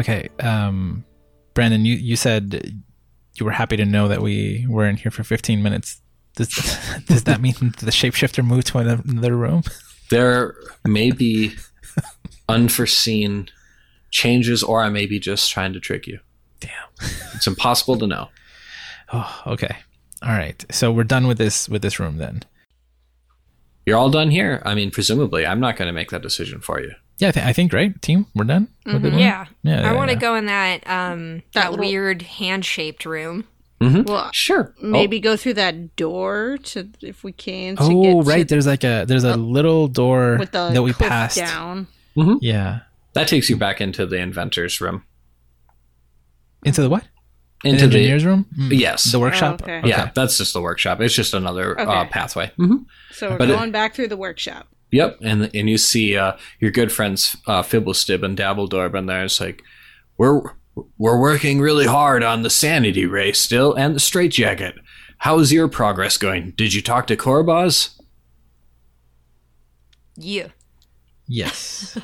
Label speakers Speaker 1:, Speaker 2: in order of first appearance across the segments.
Speaker 1: Okay, um, Brandon, you you said you were happy to know that we were in here for 15 minutes. Does does that mean the shapeshifter moved to another room?
Speaker 2: There may be unforeseen changes, or I may be just trying to trick you.
Speaker 1: Damn.
Speaker 2: It's impossible to know.
Speaker 1: Oh, okay. All right. So we're done with this with this room then.
Speaker 2: You're all done here. I mean, presumably, I'm not going to make that decision for you.
Speaker 1: Yeah, I, th- I think right team. We're done. with the
Speaker 3: Mhm.
Speaker 1: room?
Speaker 4: Mm-hmm. Yeah.
Speaker 1: Hmm? Oh, Yeah.
Speaker 3: I
Speaker 1: yeah,
Speaker 3: want to
Speaker 1: yeah.
Speaker 3: go in that um
Speaker 4: That
Speaker 3: that,
Speaker 4: little-
Speaker 3: weird hand shaped room.
Speaker 2: Mm-hmm.
Speaker 4: Well,
Speaker 2: Sure. Oh,
Speaker 4: maybe go through that door to if we can. To
Speaker 1: Oh
Speaker 4: get
Speaker 1: right,
Speaker 4: to,
Speaker 1: there's like a there's a little door
Speaker 4: with the
Speaker 1: that we
Speaker 4: cliff
Speaker 1: passed.
Speaker 4: down.
Speaker 1: Yeah.
Speaker 2: that takes you back into the inventor's room.
Speaker 1: Into the what?
Speaker 2: Into
Speaker 1: the engineer's room. Mm.
Speaker 2: Yes.
Speaker 1: The workshop.
Speaker 4: Oh, okay.
Speaker 2: the yeah. That's just the workshop. It's just another uh,
Speaker 4: Okay.
Speaker 2: pathway.
Speaker 4: So we're
Speaker 2: But it-
Speaker 4: going back through the workshop.
Speaker 2: Yep, and and you see uh, your good friends uh, Fibblestib and Dabbledorb in there. It's like we're we're working really hard on the sanity ray still and the straitjacket. How's your progress going? Did you talk to Korbaz?
Speaker 3: Yeah.
Speaker 1: Yes.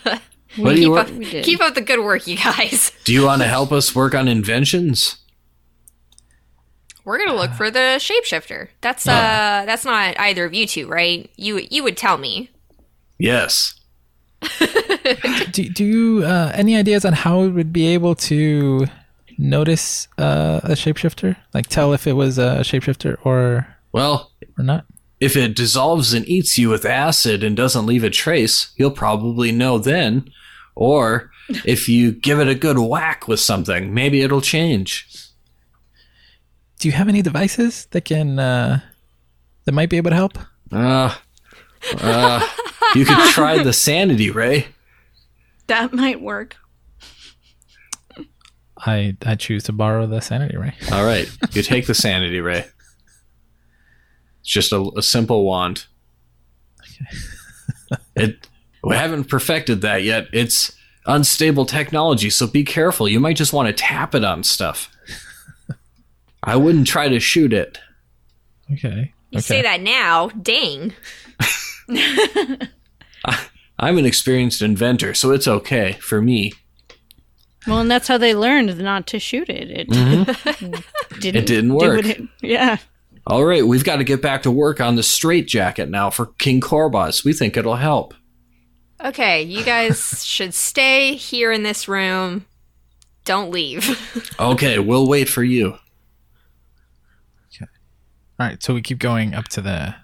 Speaker 2: What do you
Speaker 3: Keep
Speaker 2: wor-
Speaker 3: up,
Speaker 4: We did.
Speaker 3: keep up the good work, you guys.
Speaker 2: do? You want to help us work on inventions?
Speaker 3: We're gonna look for the shapeshifter. That's
Speaker 1: Ah.
Speaker 3: uh, that's not either of you two, right? You you would tell me.
Speaker 2: Yes.
Speaker 1: do, do you uh, any ideas on how we would be able to notice uh, a shapeshifter? Like tell if it was a shapeshifter or
Speaker 2: Well,
Speaker 1: or not?
Speaker 2: if it dissolves and eats you with acid and doesn't leave a trace, you'll probably know then. Or if you give it a good whack with something, maybe it'll change.
Speaker 1: Do you have any devices that can uh, that might be able to help?
Speaker 2: Uh, uh, you could try the sanity ray.
Speaker 4: That might work.
Speaker 1: I I choose to borrow the sanity ray.
Speaker 2: All right, you take the sanity ray. It's just a, a simple wand. It we haven't perfected that yet. It's unstable technology, so be careful. You might just want to tap it on stuff. I wouldn't try to shoot it.
Speaker 1: Okay.
Speaker 3: You say that now, dang.
Speaker 2: I'm an experienced inventor, so it's okay for me.
Speaker 4: Well, and that's how they learned not to shoot it. It didn't.
Speaker 2: Mm-hmm. It didn't
Speaker 4: do
Speaker 2: work.
Speaker 4: what it- yeah.
Speaker 2: All right, we've got to get back to work on the straitjacket now for King Korbas. We think it'll help.
Speaker 3: Okay, you guys should stay here in this room. Don't leave.
Speaker 2: Okay, we'll wait for you.
Speaker 1: All right. So we keep going up to the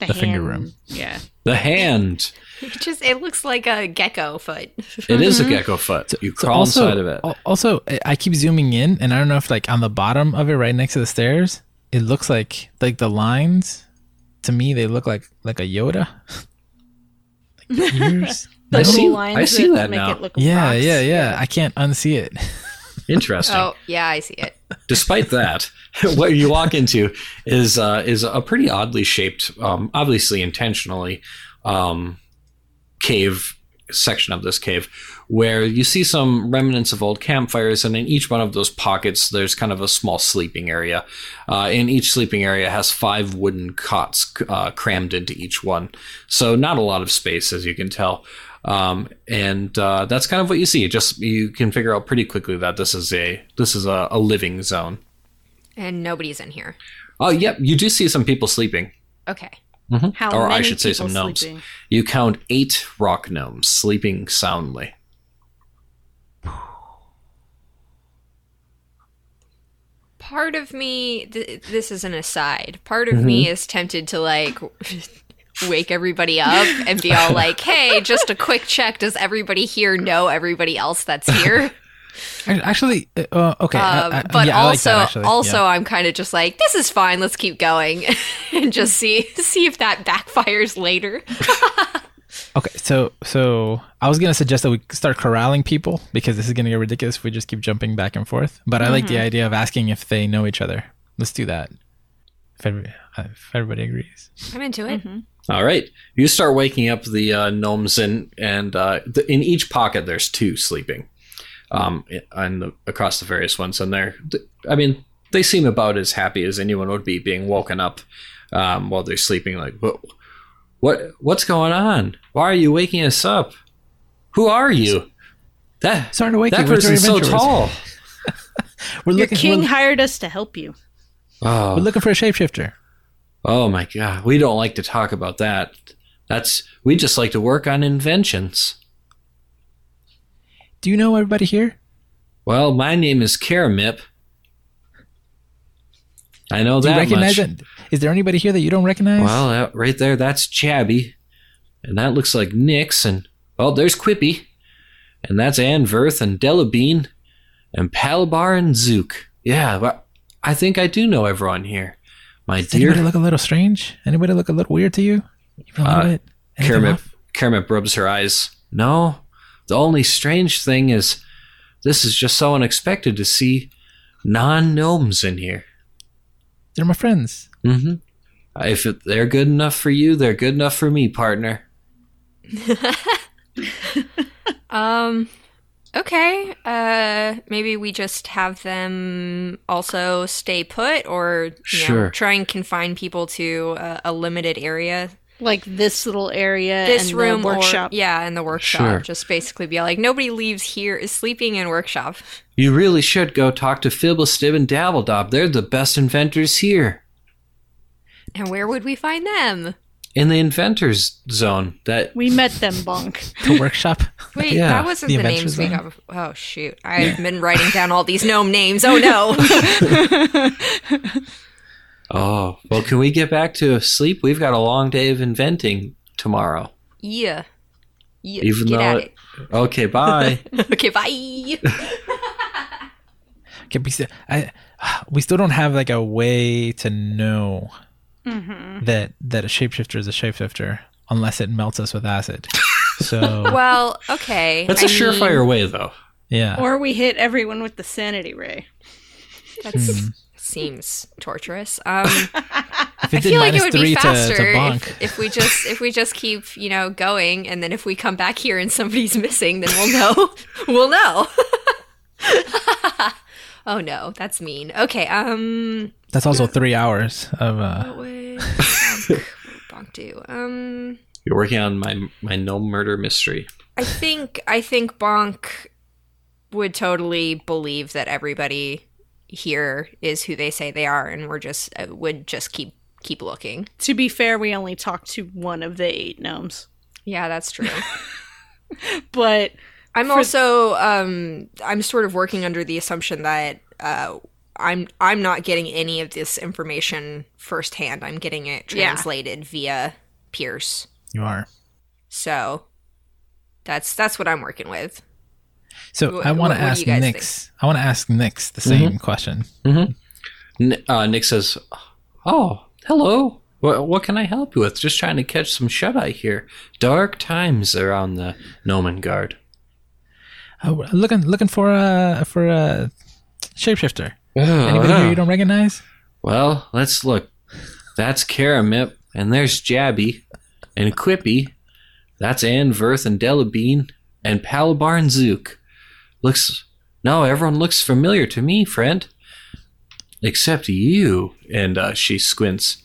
Speaker 4: The,
Speaker 1: The finger
Speaker 4: hand-
Speaker 1: room.
Speaker 4: Yeah.
Speaker 2: The hand.
Speaker 3: it just it looks like a gecko foot.
Speaker 2: It is a gecko foot. You
Speaker 1: So
Speaker 2: crawl inside of it.
Speaker 1: al- Also, Oh. I- I keep zooming in, and I don't know if like on the bottom of it, right next to the stairs, it looks like like the lines. To me, they look like like a Yoda. like the ears.
Speaker 4: The
Speaker 2: I see-
Speaker 4: little lines
Speaker 2: I see that
Speaker 4: make
Speaker 2: now.
Speaker 4: It look
Speaker 1: Yeah,
Speaker 4: rocks.
Speaker 1: yeah, yeah. I can't unsee it.
Speaker 2: Interesting.
Speaker 3: Oh yeah, I see it.
Speaker 2: Despite that, what you walk into is uh, is a pretty oddly shaped, um, obviously intentionally, um, cave section of this cave where you see some remnants of old campfires and in each one of those pockets there's kind of a small sleeping area uh, and each sleeping area has five wooden cots uh, crammed into each one so not a lot of space as you can tell um, and uh, that's kind of what you see just you can figure out pretty quickly that this is a this is a, a living zone
Speaker 3: And nobody's in here.
Speaker 2: oh yep you do see some people sleeping
Speaker 3: Okay.
Speaker 4: How
Speaker 2: or i
Speaker 4: many
Speaker 2: should say some
Speaker 4: people
Speaker 2: gnomes
Speaker 4: sleeping?
Speaker 2: you count eight rock gnomes sleeping soundly
Speaker 3: Part of me th- this is an aside. Part of me
Speaker 1: Mm-hmm.
Speaker 3: is tempted to like wake everybody up and be all like, "Hey, just a quick check. Does everybody here know everybody else that's here?"
Speaker 1: Ac- Actually, uh, uh, okay. I-
Speaker 3: Um,
Speaker 1: I-
Speaker 3: but
Speaker 1: yeah, I like
Speaker 3: also,
Speaker 1: that, actually.
Speaker 3: also,
Speaker 1: Yeah.
Speaker 3: I'm kind of just like, this is fine. Let's keep going, and just see see if that backfires later.
Speaker 1: okay. So, so I was gonna suggest that we start corralling people because this is gonna get ridiculous if we just keep jumping back and forth. But I like the idea of asking if they know each other. Let's do that. If, every, uh, if everybody agrees.
Speaker 3: I'm into it.
Speaker 4: Mm-hmm.
Speaker 2: All right, you start waking up the uh, gnomes, and and uh, th- in each pocket there's two sleeping, um, and the, across the various ones, and they're, th- I mean, they seem about as happy as anyone would be being woken up um, while they're sleeping. Like, what, what, what's going on? Why are you waking us up? Who are you? That
Speaker 1: Sarn Awakening,
Speaker 2: that
Speaker 1: Winter
Speaker 2: person's so
Speaker 1: Adventurers.
Speaker 2: tall.
Speaker 1: We're
Speaker 4: Your
Speaker 1: looking,
Speaker 4: king
Speaker 1: we're,
Speaker 4: hired us to help you.
Speaker 1: we're
Speaker 2: Oh,
Speaker 1: looking for a shapeshifter.
Speaker 2: oh my god, we don't like to talk about that. That's we just like to work on inventions.
Speaker 1: Do you know everybody here?
Speaker 2: Well, my name is Karamip. I know
Speaker 1: Do
Speaker 2: that
Speaker 1: you recognize
Speaker 2: much.
Speaker 1: it? Is there anybody here that you don't recognize?
Speaker 2: Well, that, right there, that's Chabby. And that looks like Nix. And, well, there's Quippy. And that's Anverth and Delabean and Palabar and Zook. Yeah, well, I think I do know everyone here. My
Speaker 1: Does anybody
Speaker 2: dear
Speaker 1: look a little strange? Anybody look a little weird to you? Even a little
Speaker 2: Uh,
Speaker 1: bit? Anything
Speaker 2: Kermit,
Speaker 1: off?
Speaker 2: Kermit rubs her eyes. No, the only strange thing is this is just so unexpected to see non gnomes in here.
Speaker 1: They're my friends.
Speaker 2: Mm-hmm. If it- they're good enough for you, they're good enough for me, partner.
Speaker 3: Um okay. Uh maybe we just have them also stay put or you know,
Speaker 2: Sure.
Speaker 3: try and confine people to uh, a, a limited area.
Speaker 4: Like this little area,
Speaker 3: This
Speaker 4: and the
Speaker 3: room
Speaker 4: workshop.
Speaker 3: or yeah, in the workshop.
Speaker 2: Sure.
Speaker 3: Just basically be like nobody leaves here is sleeping in workshop.
Speaker 2: You really should go talk to Fibblestib and Dabbledob. They're the best inventors here
Speaker 3: And where would we find them?
Speaker 2: in the inventors zone. That
Speaker 4: We met them, Bonk.
Speaker 1: The workshop.
Speaker 3: Wait,
Speaker 2: Yeah.
Speaker 3: that wasn't
Speaker 1: The
Speaker 3: the,
Speaker 1: Adventures
Speaker 3: names we
Speaker 1: Zone.
Speaker 3: got. bef- Oh shoot. I've been writing down all these gnome names. Oh no.
Speaker 2: oh well, can we get back to sleep? We've got a long day of inventing tomorrow.
Speaker 3: yeah. Yeah.
Speaker 2: Even
Speaker 3: Get
Speaker 2: though
Speaker 3: at
Speaker 2: it- Okay, bye.
Speaker 3: it. Okay, bye.
Speaker 1: Can we, st- I, we still don't have like a way to know
Speaker 3: Mm-hmm.
Speaker 1: that that a shapeshifter is a shapeshifter unless it melts us with acid. So
Speaker 3: Well, okay.
Speaker 2: That's
Speaker 3: a
Speaker 2: a surefire way, though.
Speaker 1: yeah,
Speaker 4: Or we hit everyone with the sanity ray.
Speaker 3: That
Speaker 1: Hmm.
Speaker 3: seems torturous. Um,
Speaker 1: if
Speaker 3: I
Speaker 1: did
Speaker 3: feel like it
Speaker 1: minus
Speaker 3: would
Speaker 1: three
Speaker 3: be
Speaker 1: to-
Speaker 3: faster
Speaker 1: to, bonk.
Speaker 3: if, if we just if we just keep you know going, and then if we come back here and somebody's missing, then we'll know. we'll know. oh no, that's mean. Okay. Um,
Speaker 1: That's also three hours of. Uh,
Speaker 3: what would bonk, bonk do? Um,
Speaker 2: You're working on my my gnome murder mystery.
Speaker 3: I think I think Bonk would totally believe that everybody here is who they say they are, and we're just uh, would just keep keep looking.
Speaker 4: To be fair, we only talked to one of the eight gnomes.
Speaker 3: Yeah, that's true.
Speaker 4: But
Speaker 3: I'm also um I'm sort of working under the assumption that uh I'm I'm not getting any of this information firsthand. I'm getting it
Speaker 4: Yeah.
Speaker 3: translated via Pierce.
Speaker 1: you are.
Speaker 3: So that's that's what I'm working with.
Speaker 1: So
Speaker 3: Wh-
Speaker 1: I want
Speaker 3: what
Speaker 1: to
Speaker 3: do you
Speaker 1: ask
Speaker 3: guys
Speaker 1: Nix. I want to ask Nix the same question.
Speaker 2: N- uh, Nick says, "Oh, hello. What, what can I help you with? Just trying to catch some shut eye here. Dark times around the Nomen Guard.
Speaker 1: Uh, we're looking, looking for a for a shapeshifter.
Speaker 2: Oh,
Speaker 1: Anybody here you don't recognize?
Speaker 2: Well, let's look. That's Karamip, and there's Jabby, and Quippy. That's Anverth and Delabean, and Palabar and Zook. Looks. No, everyone looks familiar to me, friend. Except you. And uh, she squints.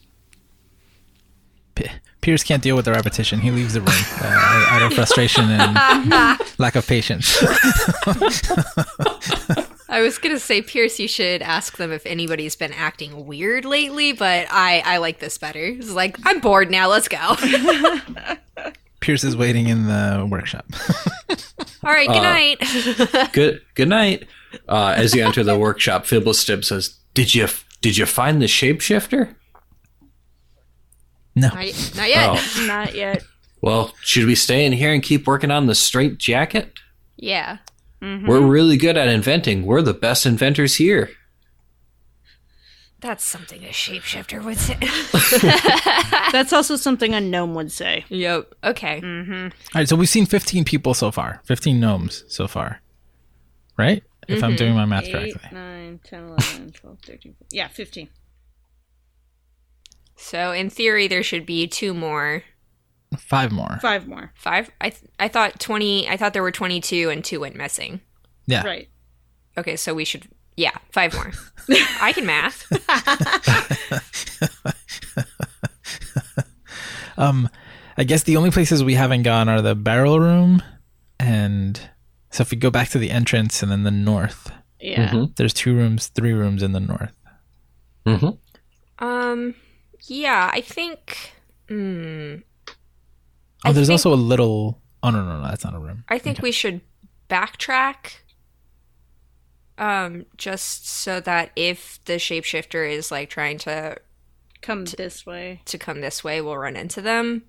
Speaker 1: P- Pierce can't deal with the repetition. He leaves the room uh, out of frustration and lack of patience.
Speaker 3: I was gonna say Pierce, you should ask them if anybody's been acting weird lately, but I I like this better. It's like I'm bored now. Let's go.
Speaker 1: Pierce is waiting in the workshop.
Speaker 3: All right. Good night.
Speaker 2: Good good night. Uh, as you enter the workshop, Fibblestib says, "Did you did you find the shapeshifter?
Speaker 1: No,
Speaker 3: not, y- not yet.
Speaker 2: Oh,
Speaker 4: not yet.
Speaker 2: well, should we stay in here and keep working on the straight jacket?
Speaker 3: Yeah.
Speaker 4: Mm-hmm.
Speaker 2: We're really good at inventing. We're the best inventors here."
Speaker 3: That's something a shapeshifter would say.
Speaker 4: That's also something a gnome would say.
Speaker 3: yep. Okay.
Speaker 1: All right, so we've seen 15 people so far, 15 gnomes so far, right? If
Speaker 3: Mm-hmm.
Speaker 1: I'm doing my math correctly.
Speaker 4: 9, 10, 11, 12, 13. Yeah, 15.
Speaker 3: So in theory, there should be two more.
Speaker 1: Five more.
Speaker 4: Five more.
Speaker 3: Five. I th- I thought twenty. I thought there were twenty two, and two went missing.
Speaker 1: Yeah.
Speaker 4: Right.
Speaker 3: Okay, so we should. Yeah, five more. I can math.
Speaker 1: I guess the only places we haven't gone are the barrel room and So if we go back to the entrance and then the north,
Speaker 4: Yeah.
Speaker 2: Mhm.
Speaker 1: there's two rooms, three rooms in the north.
Speaker 2: Mhm.
Speaker 3: Um, yeah, I think. Hmm.
Speaker 1: Oh,
Speaker 3: I
Speaker 1: there's
Speaker 3: think-
Speaker 1: also a little. Oh no, no, no, that's not a room.
Speaker 3: I think we should backtrack. Um, just so that if the shapeshifter is like trying to
Speaker 4: Come this way.
Speaker 3: to come this way, we'll run into them.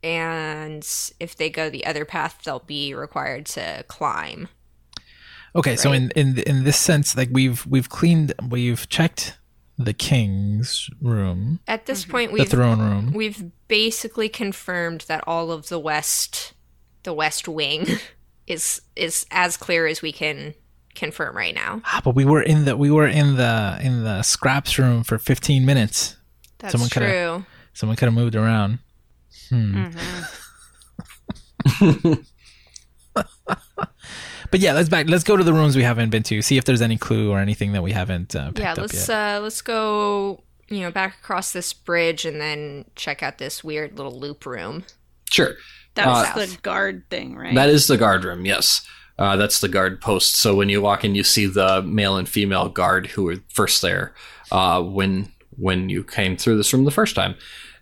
Speaker 3: And if they go the other path, they'll be required to climb.
Speaker 1: Okay, so
Speaker 3: Right.
Speaker 1: in in th- in this sense, like we've we've cleaned, we've checked the king's room,
Speaker 3: At this
Speaker 4: Mhm.
Speaker 3: point,
Speaker 1: the
Speaker 3: we've
Speaker 1: throne room.
Speaker 3: we've basically confirmed that all of the west, the west wing, is is as clear as we can confirm right now.
Speaker 1: Ah, but we were in the we were in the in the scraps room for 15 minutes.
Speaker 3: That's
Speaker 1: Someone
Speaker 3: true.
Speaker 1: coulda- Someone could have moved around. Hmm.
Speaker 3: Mm-hmm.
Speaker 1: But yeah, let's back. Let's go to the rooms we haven't been to. See if there's any clue or anything that we haven't uh, picked
Speaker 3: yeah,
Speaker 1: up
Speaker 3: let's
Speaker 1: yet.
Speaker 3: uh, let's go. You know, back across this bridge and then check out this weird little loop room.
Speaker 2: Sure.
Speaker 4: That was
Speaker 3: Uh,
Speaker 4: the guard thing, right?
Speaker 2: That is the guard room, yes. Uh, that's the guard post. So when you walk in, you see the male and female guard who were first there uh, when when you came through this room the first time,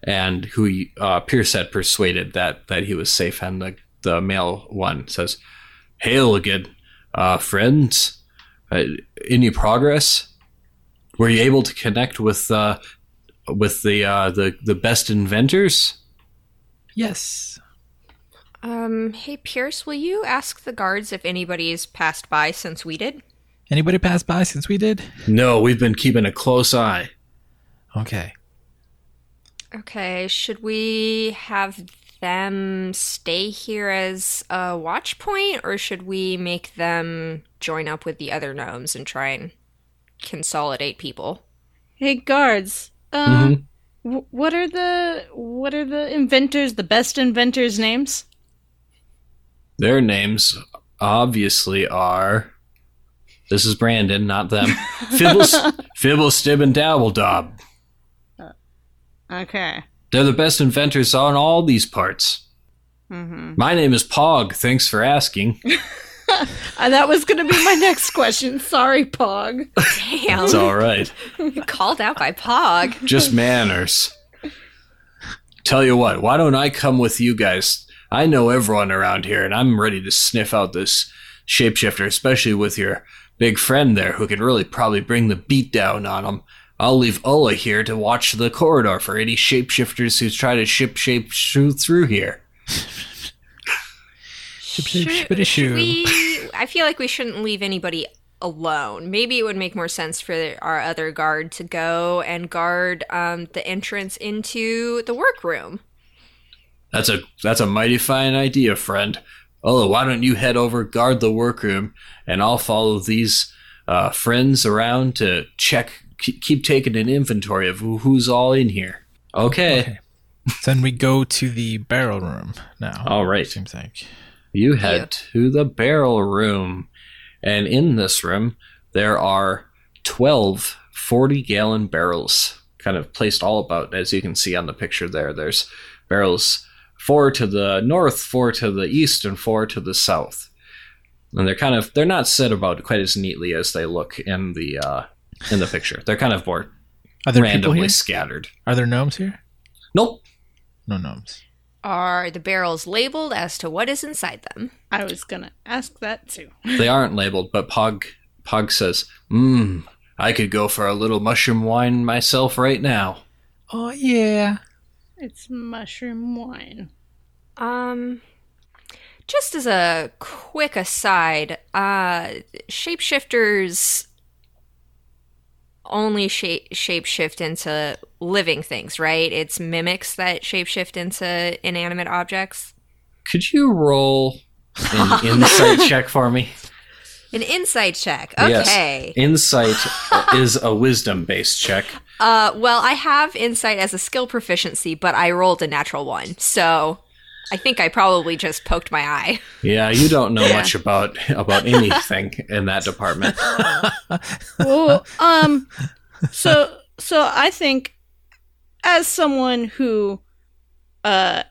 Speaker 2: and who uh, Pierce had persuaded that that he was safe. And the, the male one says, "Hail again, uh, friends. Uh, any progress? Were you able to connect with uh, with the uh, the the best inventors?"
Speaker 1: yes.
Speaker 3: Um, hey Pierce, will you ask the guards if anybody's passed by since we did?
Speaker 1: Anybody pass by since we did?
Speaker 2: No, we've been keeping a close eye.
Speaker 1: Okay.
Speaker 3: Okay, should we have them stay here as a watch point, or should we make them join up with the other gnomes and try and consolidate people?
Speaker 4: Hey guards. Uh, wh- what are the what are the inventors, the best inventors' names?
Speaker 2: Their names obviously are. This is Brandon, not them. Fibbles, Fibble, Stib, and Dabbledob.
Speaker 4: Okay.
Speaker 2: They're the best inventors on all these parts.
Speaker 4: Mm-hmm.
Speaker 2: My name is Pog. Thanks for asking.
Speaker 4: Uh, that was going to be my next question. Sorry, Pog.
Speaker 3: Damn,
Speaker 2: It's all right.
Speaker 3: called out by Pog.
Speaker 2: Just manners. Tell you what, why don't I come with you guys? I know everyone around here, and I'm ready to sniff out this shapeshifter, especially with your big friend there who can really probably bring the beat down on him. I'll leave Ola here to watch the corridor for any shapeshifters who try to ship shape shoo through here.
Speaker 1: ship,
Speaker 3: Should-
Speaker 1: shippity
Speaker 3: should
Speaker 1: shoo.
Speaker 3: we? I feel like we shouldn't leave anybody alone. Maybe it would make more sense for our other guard to go and guard um, the entrance into the workroom.
Speaker 2: That's a that's a mighty fine idea, friend. Ola, why don't you head over, guard the workroom, and I'll follow these uh, friends around to check, keep, keep taking an inventory of who, who's all in here. Okay.
Speaker 1: Okay. So then we go to the barrel room now.
Speaker 2: All right.
Speaker 1: Seems like.
Speaker 2: You head to the barrel room, and in this room there are 12 40 gallon barrels, kind of placed all about, as you can see on the picture there. There's barrels four to the north, four to the east, and four to the south. And they're kind of they're not set about quite as neatly as they look in the uh, in the picture. They're kind of more
Speaker 1: Are there people
Speaker 2: randomly
Speaker 1: here?
Speaker 2: scattered.
Speaker 1: Are there gnomes here?
Speaker 2: Nope.
Speaker 1: No gnomes.
Speaker 3: Are the barrels labeled as to what is inside them?
Speaker 4: I was going to ask that too.
Speaker 2: they aren't labeled, but Pog Pog says, Mmm, I could go for a little mushroom wine myself right now.
Speaker 1: Oh yeah.
Speaker 4: It's mushroom wine.
Speaker 3: Um, just as a quick aside, uh, shapeshifters only shape shapeshift into living things, right? It's mimics that shapeshift into inanimate objects.
Speaker 2: Could you roll an insight check for me?
Speaker 3: An insight check.
Speaker 2: Yes.
Speaker 3: Okay.
Speaker 2: Insight is a wisdom based check.
Speaker 3: Uh, well, I have insight as a skill proficiency, but I rolled a natural one, so I think I probably just poked my eye.
Speaker 2: Yeah, you don't know much about about anything in that department.
Speaker 4: Well, um, so so I think, as someone who, uh,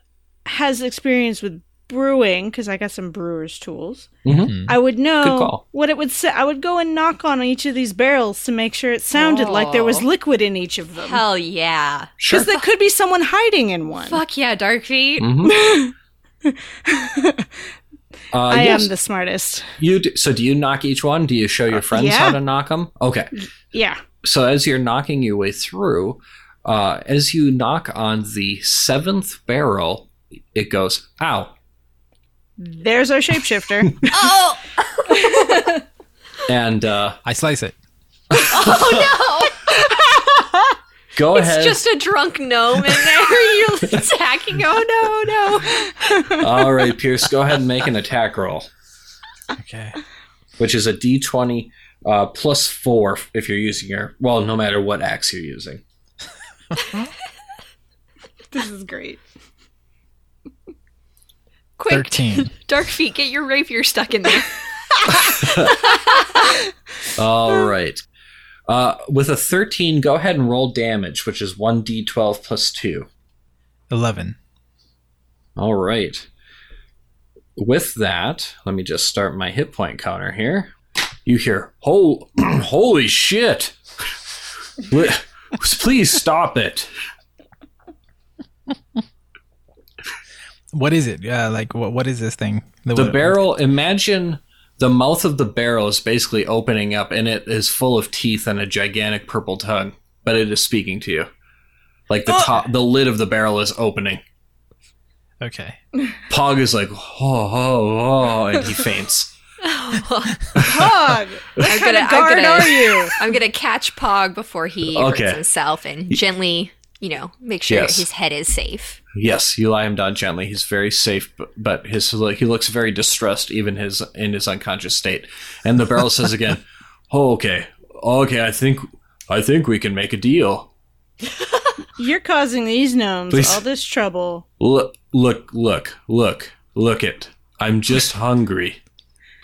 Speaker 4: has experience with brewing because I got some brewer's tools.
Speaker 2: Mhm.
Speaker 4: I would
Speaker 2: Good
Speaker 4: know
Speaker 2: call.
Speaker 4: what it would say. I would go and knock on each of these barrels to make sure it sounded like there was
Speaker 3: Oh.
Speaker 4: liquid in each of them.
Speaker 3: Hell yeah.
Speaker 2: Sure.
Speaker 4: Because there could be someone hiding in one.
Speaker 3: Fuck yeah, Darkfeet.
Speaker 2: Mhm. uh,
Speaker 4: I
Speaker 2: yes,
Speaker 4: am the smartest.
Speaker 2: you. Do, so, do you knock each one? Do you show your friends
Speaker 4: yeah.
Speaker 2: how to knock them? Okay.
Speaker 4: Yeah.
Speaker 2: So, as you're knocking your way through, uh, as you knock on the seventh barrel, it goes ow,
Speaker 4: There's our shapeshifter.
Speaker 3: Oh!
Speaker 2: and uh,
Speaker 1: I slice it.
Speaker 3: Oh
Speaker 2: go
Speaker 3: no! It's
Speaker 2: ahead.
Speaker 3: just a drunk gnome in there. You're attacking. Oh no, no.
Speaker 2: All right, Pierce, go ahead and make an attack roll,
Speaker 1: Okay.
Speaker 2: which is a d20 uh, plus four if you're using your well, no matter what axe you're using.
Speaker 4: this is great.
Speaker 3: Quick,
Speaker 1: Thirteen.
Speaker 3: Darkfeet, get your rapier stuck in there. Hmm.
Speaker 2: All right. Uh, with a 13, go ahead and roll damage, which is 1d12 plus 2.
Speaker 1: Eleven.
Speaker 2: All right. With that, let me just start my hit point counter here. You hear, "Hol- holy shit! Li- Please stop it.
Speaker 1: What is it? Yeah, like what? What is this thing?
Speaker 2: The
Speaker 1: what-
Speaker 2: barrel, imagine the mouth of the barrel is basically opening up and it is full of teeth and a gigantic purple tongue, but it is speaking to you. Like the top, the lid of the barrel is opening.
Speaker 1: Okay.
Speaker 2: Pog is like, oh, oh, oh, and he faints.
Speaker 4: Hog! What
Speaker 3: I'm
Speaker 4: kind
Speaker 3: gonna-
Speaker 4: of
Speaker 3: I'm
Speaker 4: guard
Speaker 3: gonna-
Speaker 4: are you?
Speaker 3: I'm gonna catch Pog before he hurts
Speaker 2: Okay.
Speaker 3: himself and gently, you know, make sure
Speaker 2: Yes.
Speaker 3: his head is safe.
Speaker 2: yes, you lie him down gently. He's very safe, but, but his like, he looks very distressed, even his in his unconscious state. And the barrel says again, oh, okay, okay, I think I think we can make a deal.
Speaker 4: You're causing these gnomes
Speaker 2: Please.
Speaker 4: all this trouble.
Speaker 2: Look, look, look, look, look it. I'm just hungry.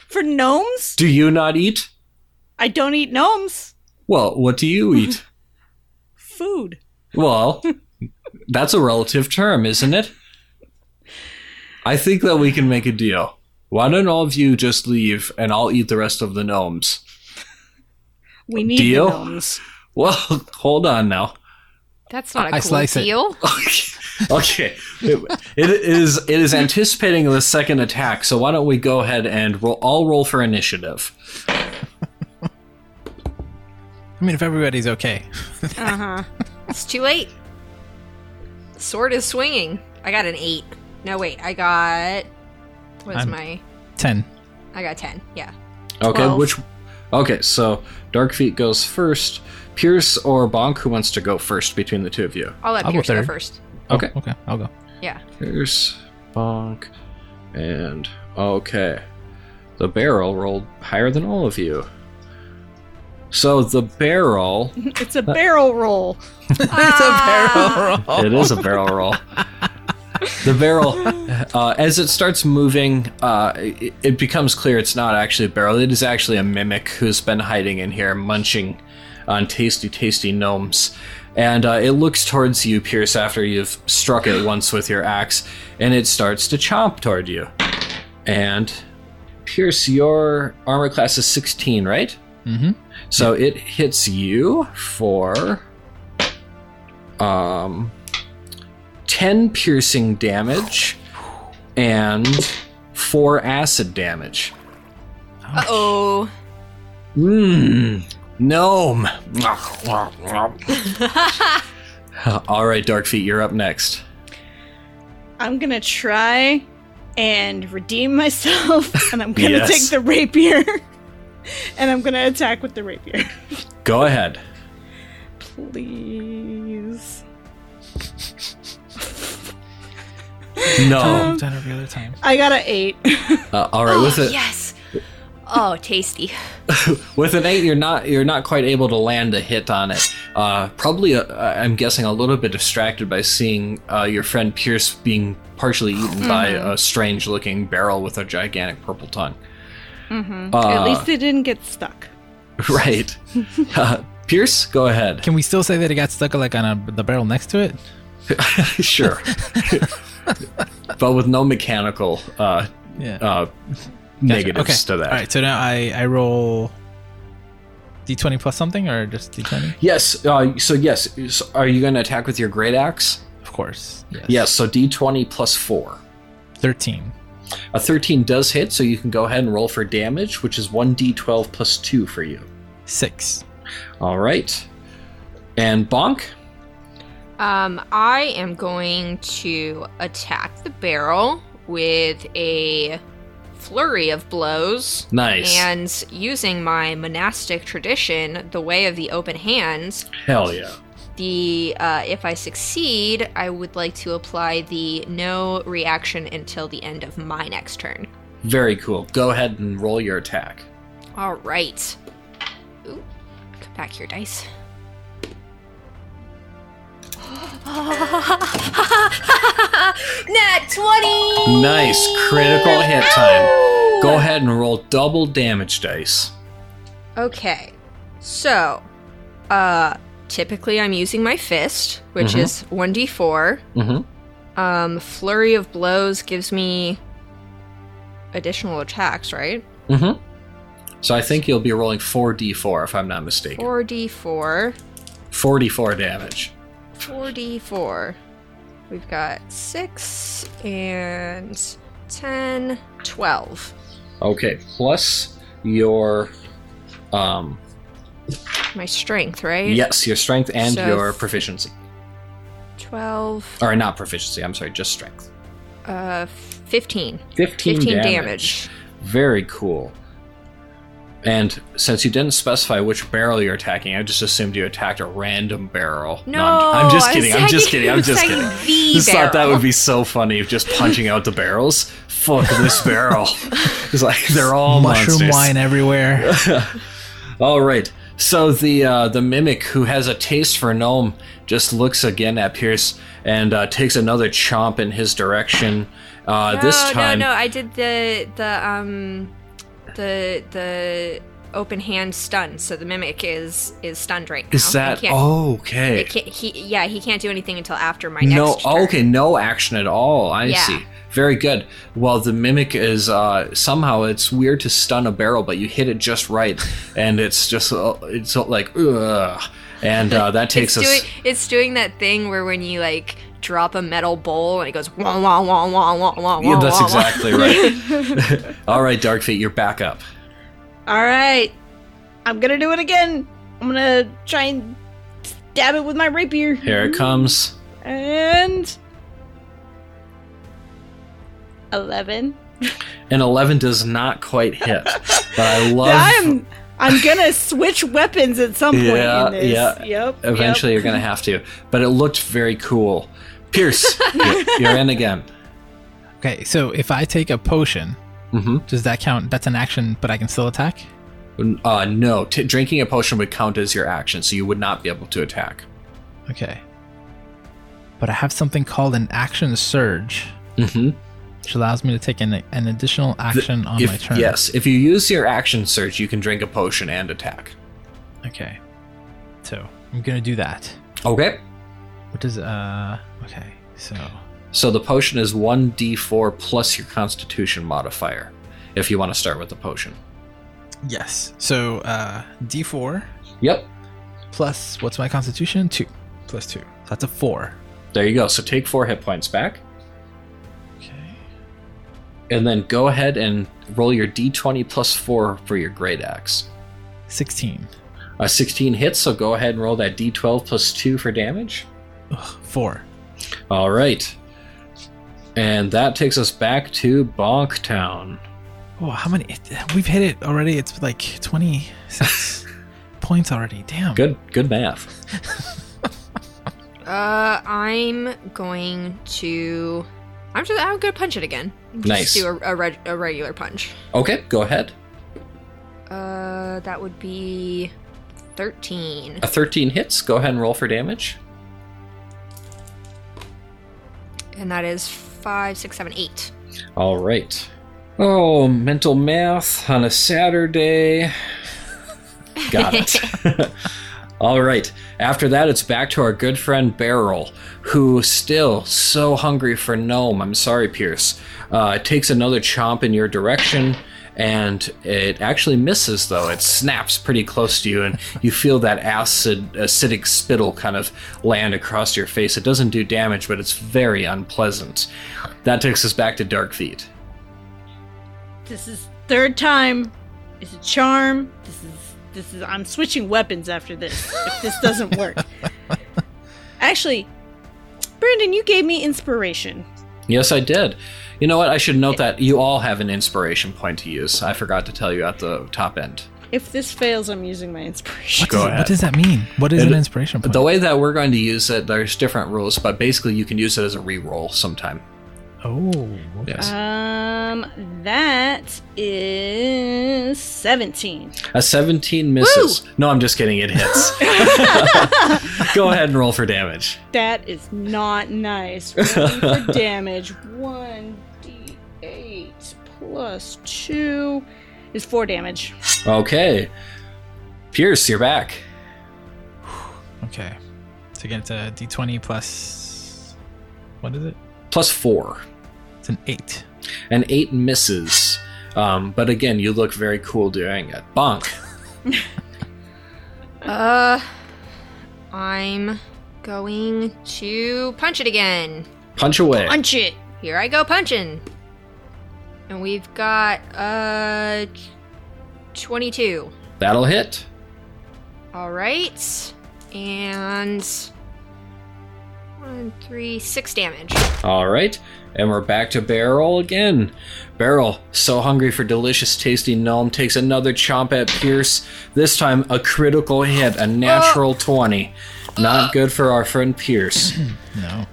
Speaker 4: For gnomes?
Speaker 2: Do you not eat?
Speaker 4: I don't eat gnomes.
Speaker 2: Well, what do you eat?
Speaker 4: Food.
Speaker 2: Well, that's a relative term, isn't it? I think that we can make a deal. Why don't all of you just leave and I'll eat the rest of the gnomes?
Speaker 4: We need
Speaker 2: Deal?
Speaker 4: the gnomes.
Speaker 2: Well, hold on now.
Speaker 3: That's not a
Speaker 1: I
Speaker 3: cool
Speaker 1: slice it.
Speaker 3: deal.
Speaker 2: okay. It, it is it is anticipating the second attack, so why don't we go ahead and roll all roll for initiative.
Speaker 1: I mean, if everybody's okay.
Speaker 4: Uh huh.
Speaker 3: It's too late. Sword is swinging. I got an eight. No, wait. I got. What's
Speaker 1: I'm-
Speaker 3: my?
Speaker 1: Ten.
Speaker 3: I got ten. Yeah.
Speaker 2: Okay,
Speaker 3: Twelve.
Speaker 2: which Okay, so Darkfeet goes first. Pierce or Bonk, who wants to go first between the two of you?
Speaker 3: I'll let
Speaker 1: I'll go
Speaker 3: Pierce go
Speaker 1: third.
Speaker 3: first.
Speaker 1: Oh,
Speaker 2: Okay.
Speaker 1: okay. I'll go.
Speaker 3: Yeah.
Speaker 2: There's bonk, and okay. The barrel rolled higher than all of you. So the barrel,
Speaker 4: It's a barrel roll.
Speaker 1: It's a barrel
Speaker 2: Ah. it is a barrel roll. The barrel, uh, as it starts moving, uh, it, it becomes clear it's not actually a barrel. It is actually a mimic who's been hiding in here, munching on tasty, tasty gnomes. And uh, it looks towards you, Pierce, after you've struck it once with your axe, and it starts to chomp toward you. And Pierce, your armor class is 16, right?
Speaker 1: Mhm.
Speaker 2: So it hits you for um 10 piercing damage and 4 acid damage.
Speaker 3: Uh oh.
Speaker 2: Mmm. Gnome. All right, Darkfeet, you're up next.
Speaker 4: I'm gonna try and redeem myself, and I'm gonna
Speaker 2: Yes.
Speaker 4: take the rapier, and I'm gonna attack with the rapier.
Speaker 2: Go ahead.
Speaker 4: Please.
Speaker 2: No.
Speaker 1: I've done every other time.
Speaker 4: I got an eight.
Speaker 2: Uh, all right,
Speaker 3: Oh,
Speaker 2: with it
Speaker 3: yes. Oh, tasty.
Speaker 2: with an eight, you're not you're not quite able to land a hit on it. Uh, probably, uh, I'm guessing a little bit distracted by seeing uh, your friend Pierce being partially eaten by a strange-looking barrel with a gigantic purple tongue.
Speaker 4: mm-hmm.
Speaker 2: Uh,
Speaker 4: At least it didn't get stuck.
Speaker 2: right, uh, Pierce, go ahead.
Speaker 1: Can we still say that it got stuck like on a, the barrel next to it?
Speaker 2: sure. but with no mechanical uh,
Speaker 1: Yeah.
Speaker 2: uh, negatives to that.
Speaker 1: All right. So now I I roll d20 plus something or just d20?
Speaker 2: Yes. Uh, so yes, so are you going to attack with your great axe?
Speaker 1: Of course. Yes.
Speaker 2: Yes. So d20 plus four.
Speaker 1: 13.
Speaker 2: A 13 does hit, so you can go ahead and roll for damage, which is 1d12 plus 2 for you.
Speaker 1: 6.
Speaker 2: All right. And Bonk?
Speaker 3: Um, I am going to attack the barrel with a flurry of blows.
Speaker 2: Nice.
Speaker 3: And using my monastic tradition, the way of the open hands,
Speaker 2: Hell yeah.
Speaker 3: the uh, if I succeed, I would like to apply the no reaction until the end of my next turn.
Speaker 2: Very cool. Go ahead and roll your attack.
Speaker 3: All right. Ooh, come back here, dice. Nat 20!
Speaker 2: Nice. Critical hit time. Go ahead and roll double damage dice.
Speaker 3: Okay. So, uh, typically I'm using my fist, which
Speaker 2: Mhm.
Speaker 3: is 1d4.
Speaker 2: Mm-hmm.
Speaker 3: Um, flurry of blows gives me additional attacks, right?
Speaker 2: Mm-hmm. So I think you'll be rolling 4d4, if I'm not mistaken.
Speaker 3: 4d4.
Speaker 2: 44 damage.
Speaker 3: 4d4. We've got 6 and 10, 12.
Speaker 2: Okay. Plus your. Um,
Speaker 3: My strength, right?
Speaker 2: yes, your strength and
Speaker 3: So-
Speaker 2: your proficiency.
Speaker 3: 12,
Speaker 2: Or not proficiency, I'm sorry, just strength.
Speaker 3: uh, 15.
Speaker 2: 15,
Speaker 3: 15
Speaker 2: damage.
Speaker 3: damage.
Speaker 2: Very cool. And since you didn't specify which barrel you're attacking, I just assumed you attacked a random barrel.
Speaker 3: No,
Speaker 2: I'm, I'm just
Speaker 3: I
Speaker 2: kidding.
Speaker 3: was
Speaker 2: I'm just
Speaker 3: saying-
Speaker 2: kidding.
Speaker 3: I
Speaker 2: I'm
Speaker 3: was
Speaker 2: just
Speaker 3: saying
Speaker 2: kidding.
Speaker 3: the
Speaker 2: just thought that
Speaker 3: barrel.
Speaker 2: would be so funny, just punching out the barrels. Fuck this barrel. It's like they're all
Speaker 1: Mushroom
Speaker 2: monsters.
Speaker 1: wine everywhere.
Speaker 2: All right. So the uh, the mimic who has a taste for gnome just looks again at Pierce and uh, takes another chomp in his direction. Uh,
Speaker 3: No,
Speaker 2: this time,
Speaker 3: no, no. I did the the um the the open hand stun, so the mimic is is stunned right now.
Speaker 2: is that
Speaker 3: He can't,
Speaker 2: okay?
Speaker 3: it can't- he yeah he can't do anything until after my next.
Speaker 2: no
Speaker 3: turn.
Speaker 2: okay no action at all i
Speaker 3: Yeah.
Speaker 2: see very good well the mimic is uh somehow it's weird to stun a barrel but you hit it just right and it's just uh, it's all like ugh. and uh, that
Speaker 3: It's
Speaker 2: takes us
Speaker 3: doing it's doing that thing where when you like drop a metal bowl and it goes wah wah wah wah wah wah.
Speaker 2: yeah,
Speaker 3: wah,
Speaker 2: that's
Speaker 3: wah, wah.
Speaker 2: exactly right all right darkfeet you're back up
Speaker 4: All right, I'm gonna do it again. I'm gonna try and stab it with my rapier.
Speaker 2: here
Speaker 3: Mm-hmm.
Speaker 2: it comes
Speaker 4: And eleven.
Speaker 2: and 11 does not quite hit but i love
Speaker 4: I'm I'm gonna switch weapons at some point
Speaker 2: Yeah,
Speaker 4: in this.
Speaker 2: yeah.
Speaker 4: Yep.
Speaker 2: eventually you're gonna have to but it looked very cool pierce you're, you're in again
Speaker 1: Okay. So if I take a potion,
Speaker 2: mm-hmm
Speaker 1: does that count? That's an action, but I can still attack?
Speaker 2: Uh, no, T- drinking a potion would count as your action, so you would not be able to attack.
Speaker 1: Okay. But I have something called an action surge,
Speaker 2: Mm-hmm.
Speaker 1: which allows me to take an, an additional action on my
Speaker 2: If,
Speaker 1: turn.
Speaker 2: Yes, if you use your action search, you can drink a potion and attack.
Speaker 1: Okay. So I'm going to do that.
Speaker 2: Okay.
Speaker 1: What does, uh, okay. So,
Speaker 2: So the potion is 1d4 plus your constitution modifier, if you want to start with the potion.
Speaker 1: yes. So, uh, d4
Speaker 2: Yep.
Speaker 1: plus, what's my constitution? Two. Plus two. So that's a four.
Speaker 2: There you go. So take four hit points back,
Speaker 1: Okay.
Speaker 2: and then go ahead and roll your d20 plus 4 for your great axe.
Speaker 1: 16.
Speaker 2: A 16 hits, so go ahead and roll that d12 plus 2 for damage.
Speaker 1: Ugh, four.
Speaker 2: All right. And that takes us back to Bonk Town.
Speaker 1: Oh, how many? it- We've hit it already. It's like 26 points already. Damn.
Speaker 2: Good, good math.
Speaker 3: Uh, I'm going to. I'm just. I'm gonna punch it again. Just
Speaker 2: Nice.
Speaker 3: Do a, a, reg, a regular punch.
Speaker 2: Okay, go ahead.
Speaker 3: Uh, that would be thirteen.
Speaker 2: A 13 hits. Go ahead and roll for damage.
Speaker 3: And that is five, six, seven, eight.
Speaker 2: All right. Oh, mental math on a Saturday. Got it. All right. After that, it's back to our good friend Barrel, who still so hungry for gnome. I'm sorry, Pierce. Uh, it takes another chomp in your direction, and it actually misses though. It snaps pretty close to you, and you feel that acid acidic spittle kind of land across your face. It doesn't do damage, but it's very unpleasant. That takes us back to Dark Feet.
Speaker 4: This is third time. It's a charm. This is this is I'm switching weapons after this. if this doesn't work. Actually, Brandon, you gave me inspiration.
Speaker 2: Yes, I did. You know what? I should note that you all have an inspiration point to use. I forgot to tell you at the top end.
Speaker 4: If this fails, I'm using my inspiration.
Speaker 1: What, does, what does that mean? What is
Speaker 2: It-
Speaker 1: an inspiration point?
Speaker 2: The way that we're going to use it, there's different rules, but basically you can use it as a reroll sometime.
Speaker 1: oh, okay.
Speaker 2: Yes.
Speaker 4: Um, that is 17.
Speaker 2: a 17 misses. No, I'm just kidding. It hits. Go ahead and roll for damage.
Speaker 4: That is not nice. Rolling for damage, 1d8 plus 2 is 4 damage.
Speaker 2: Okay. Pierce, you're back.
Speaker 1: Okay. So again, it's a d20 plus. What is it?
Speaker 2: Plus four.
Speaker 1: It's an eight.
Speaker 2: An eight misses. Um, but again, you look very cool doing it. Bonk.
Speaker 3: Uh, I'm going to punch it again.
Speaker 2: Punch away.
Speaker 4: Punch it!
Speaker 3: Here I go punching. And we've got uh 22.
Speaker 2: That'll hit.
Speaker 3: All right. And one, three, six damage.
Speaker 2: All right, and we're back to Barrel again. Barrel, so hungry for delicious, tasty gnome, takes another chomp at Pierce. This time, a critical hit, a
Speaker 3: Oh.
Speaker 2: natural 20. Not good for our friend Pierce.
Speaker 1: No.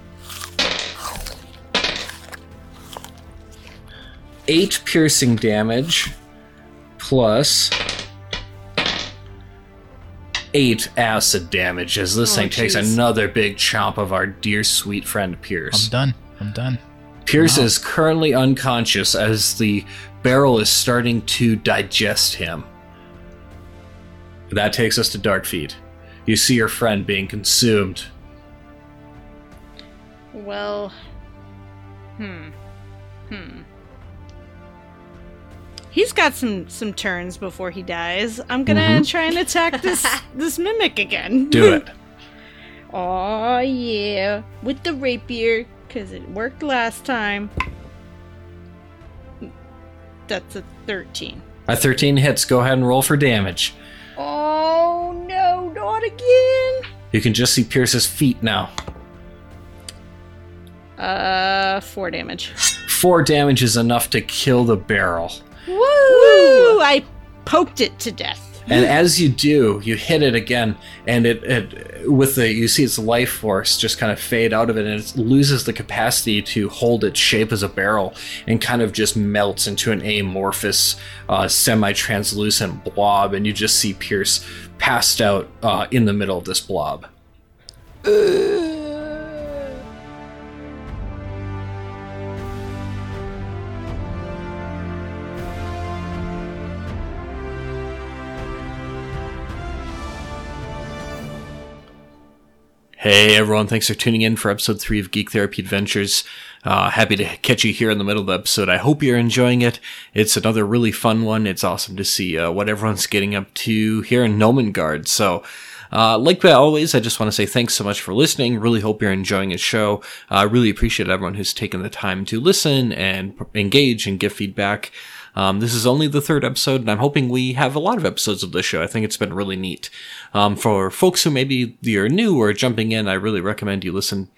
Speaker 2: Eight piercing damage, plus eight acid damage, as this
Speaker 3: Oh,
Speaker 2: thing takes
Speaker 3: jeez.
Speaker 2: another big chomp of our dear, sweet friend Pierce.
Speaker 1: I'm done. I'm done.
Speaker 2: Pierce is currently unconscious as the barrel is starting to digest him. That takes us to Darkfeet. You see your friend being consumed.
Speaker 4: Well, hmm. Hmm. He's got some some turns before he dies. I'm gonna try and attack this this mimic again.
Speaker 2: Mm-hmm. Do it.
Speaker 4: Aw, yeah. With the rapier, because it worked last time. That's a 13.
Speaker 2: A 13 hits. Go ahead and roll for damage.
Speaker 4: Oh, no, not again!
Speaker 2: You can just see Pierce's feet now.
Speaker 4: Uh, 4 damage.
Speaker 2: Four damage is enough to kill the barrel.
Speaker 4: Woo! I poked it to death.
Speaker 2: And as you do, you hit it again, and it, it with the you see its life force just kind of fade out of it, and it loses the capacity to hold its shape as a barrel, and kind of just melts into an amorphous, uh, semi-translucent blob, and you just see Pierce passed out uh, in the middle of this blob. Hey everyone, thanks for tuning in for episode 3 of Geek Therapy Adventures. Uh, happy to catch you here in the middle of the episode. I hope you're enjoying it. It's another really fun one. It's awesome to see uh, what everyone's getting up to here in Nomengard. So, uh, like always, I just want to say thanks so much for listening. Really hope you're enjoying the show. I really appreciate everyone who's taken the time to listen and p- engage and give feedback. Um, this is only the third episode, and I'm hoping we have a lot of episodes of this show. I think it's been really neat. Um, for folks who maybe you're new or jumping in, I really recommend you listen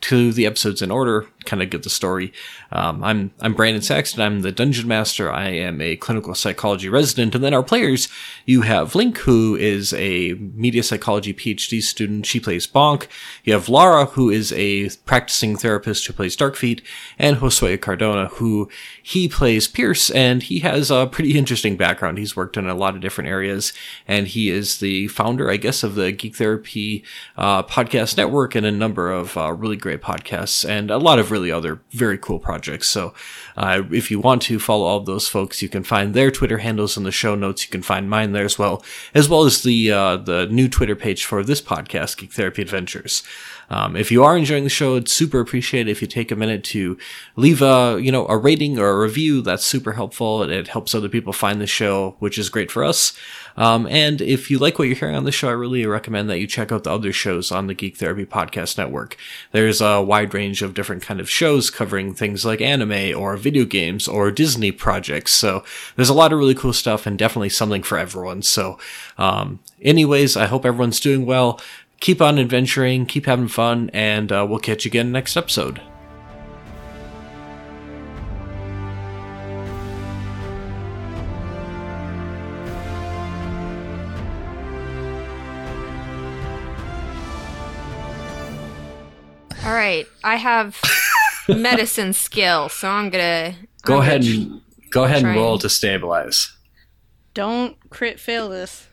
Speaker 2: to the episodes in order, kind of get the story. Um, I'm I'm Brandon Saxton. I'm the dungeon master. I am a clinical psychology resident, and then our players. You have Link, who is a media psychology PhD student. She plays Bonk. You have Lara, who is a practicing therapist who plays Darkfeet, and Josue Cardona, who he plays Pierce, and he has a pretty interesting background. He's worked in a lot of different areas, and he is the founder, I guess, of the Geek Therapy uh, podcast network and a number of uh, really great podcasts and a lot of really
Speaker 5: really other very cool projects. So, uh, if you want to follow all of those folks, you can find their Twitter handles in the show notes. You can find mine there as well, as well as the uh, the new Twitter page for this podcast, Geek Therapy Adventures. Um, if you are enjoying the show, it's super appreciated if you take a minute to leave a you know a rating or a review. That's super helpful. It, it helps other people find the show, which is great for us. Um, and if you like what you're hearing on this show, I really recommend that you check out the other shows on the Geek Therapy Podcast Network. There's a wide range of different kind of shows covering things like anime or video games or Disney projects. So there's a lot of really cool stuff and definitely something for everyone. So, um, anyways, I hope everyone's doing well. Keep on adventuring, keep having fun, and uh, we'll catch you again next episode.
Speaker 3: All right, I have medicine skill, so I'm gonna
Speaker 2: Go
Speaker 3: I'm
Speaker 2: ahead
Speaker 3: gonna
Speaker 2: and go ahead and
Speaker 3: Trying.
Speaker 2: roll to stabilize.
Speaker 4: Don't crit fail this.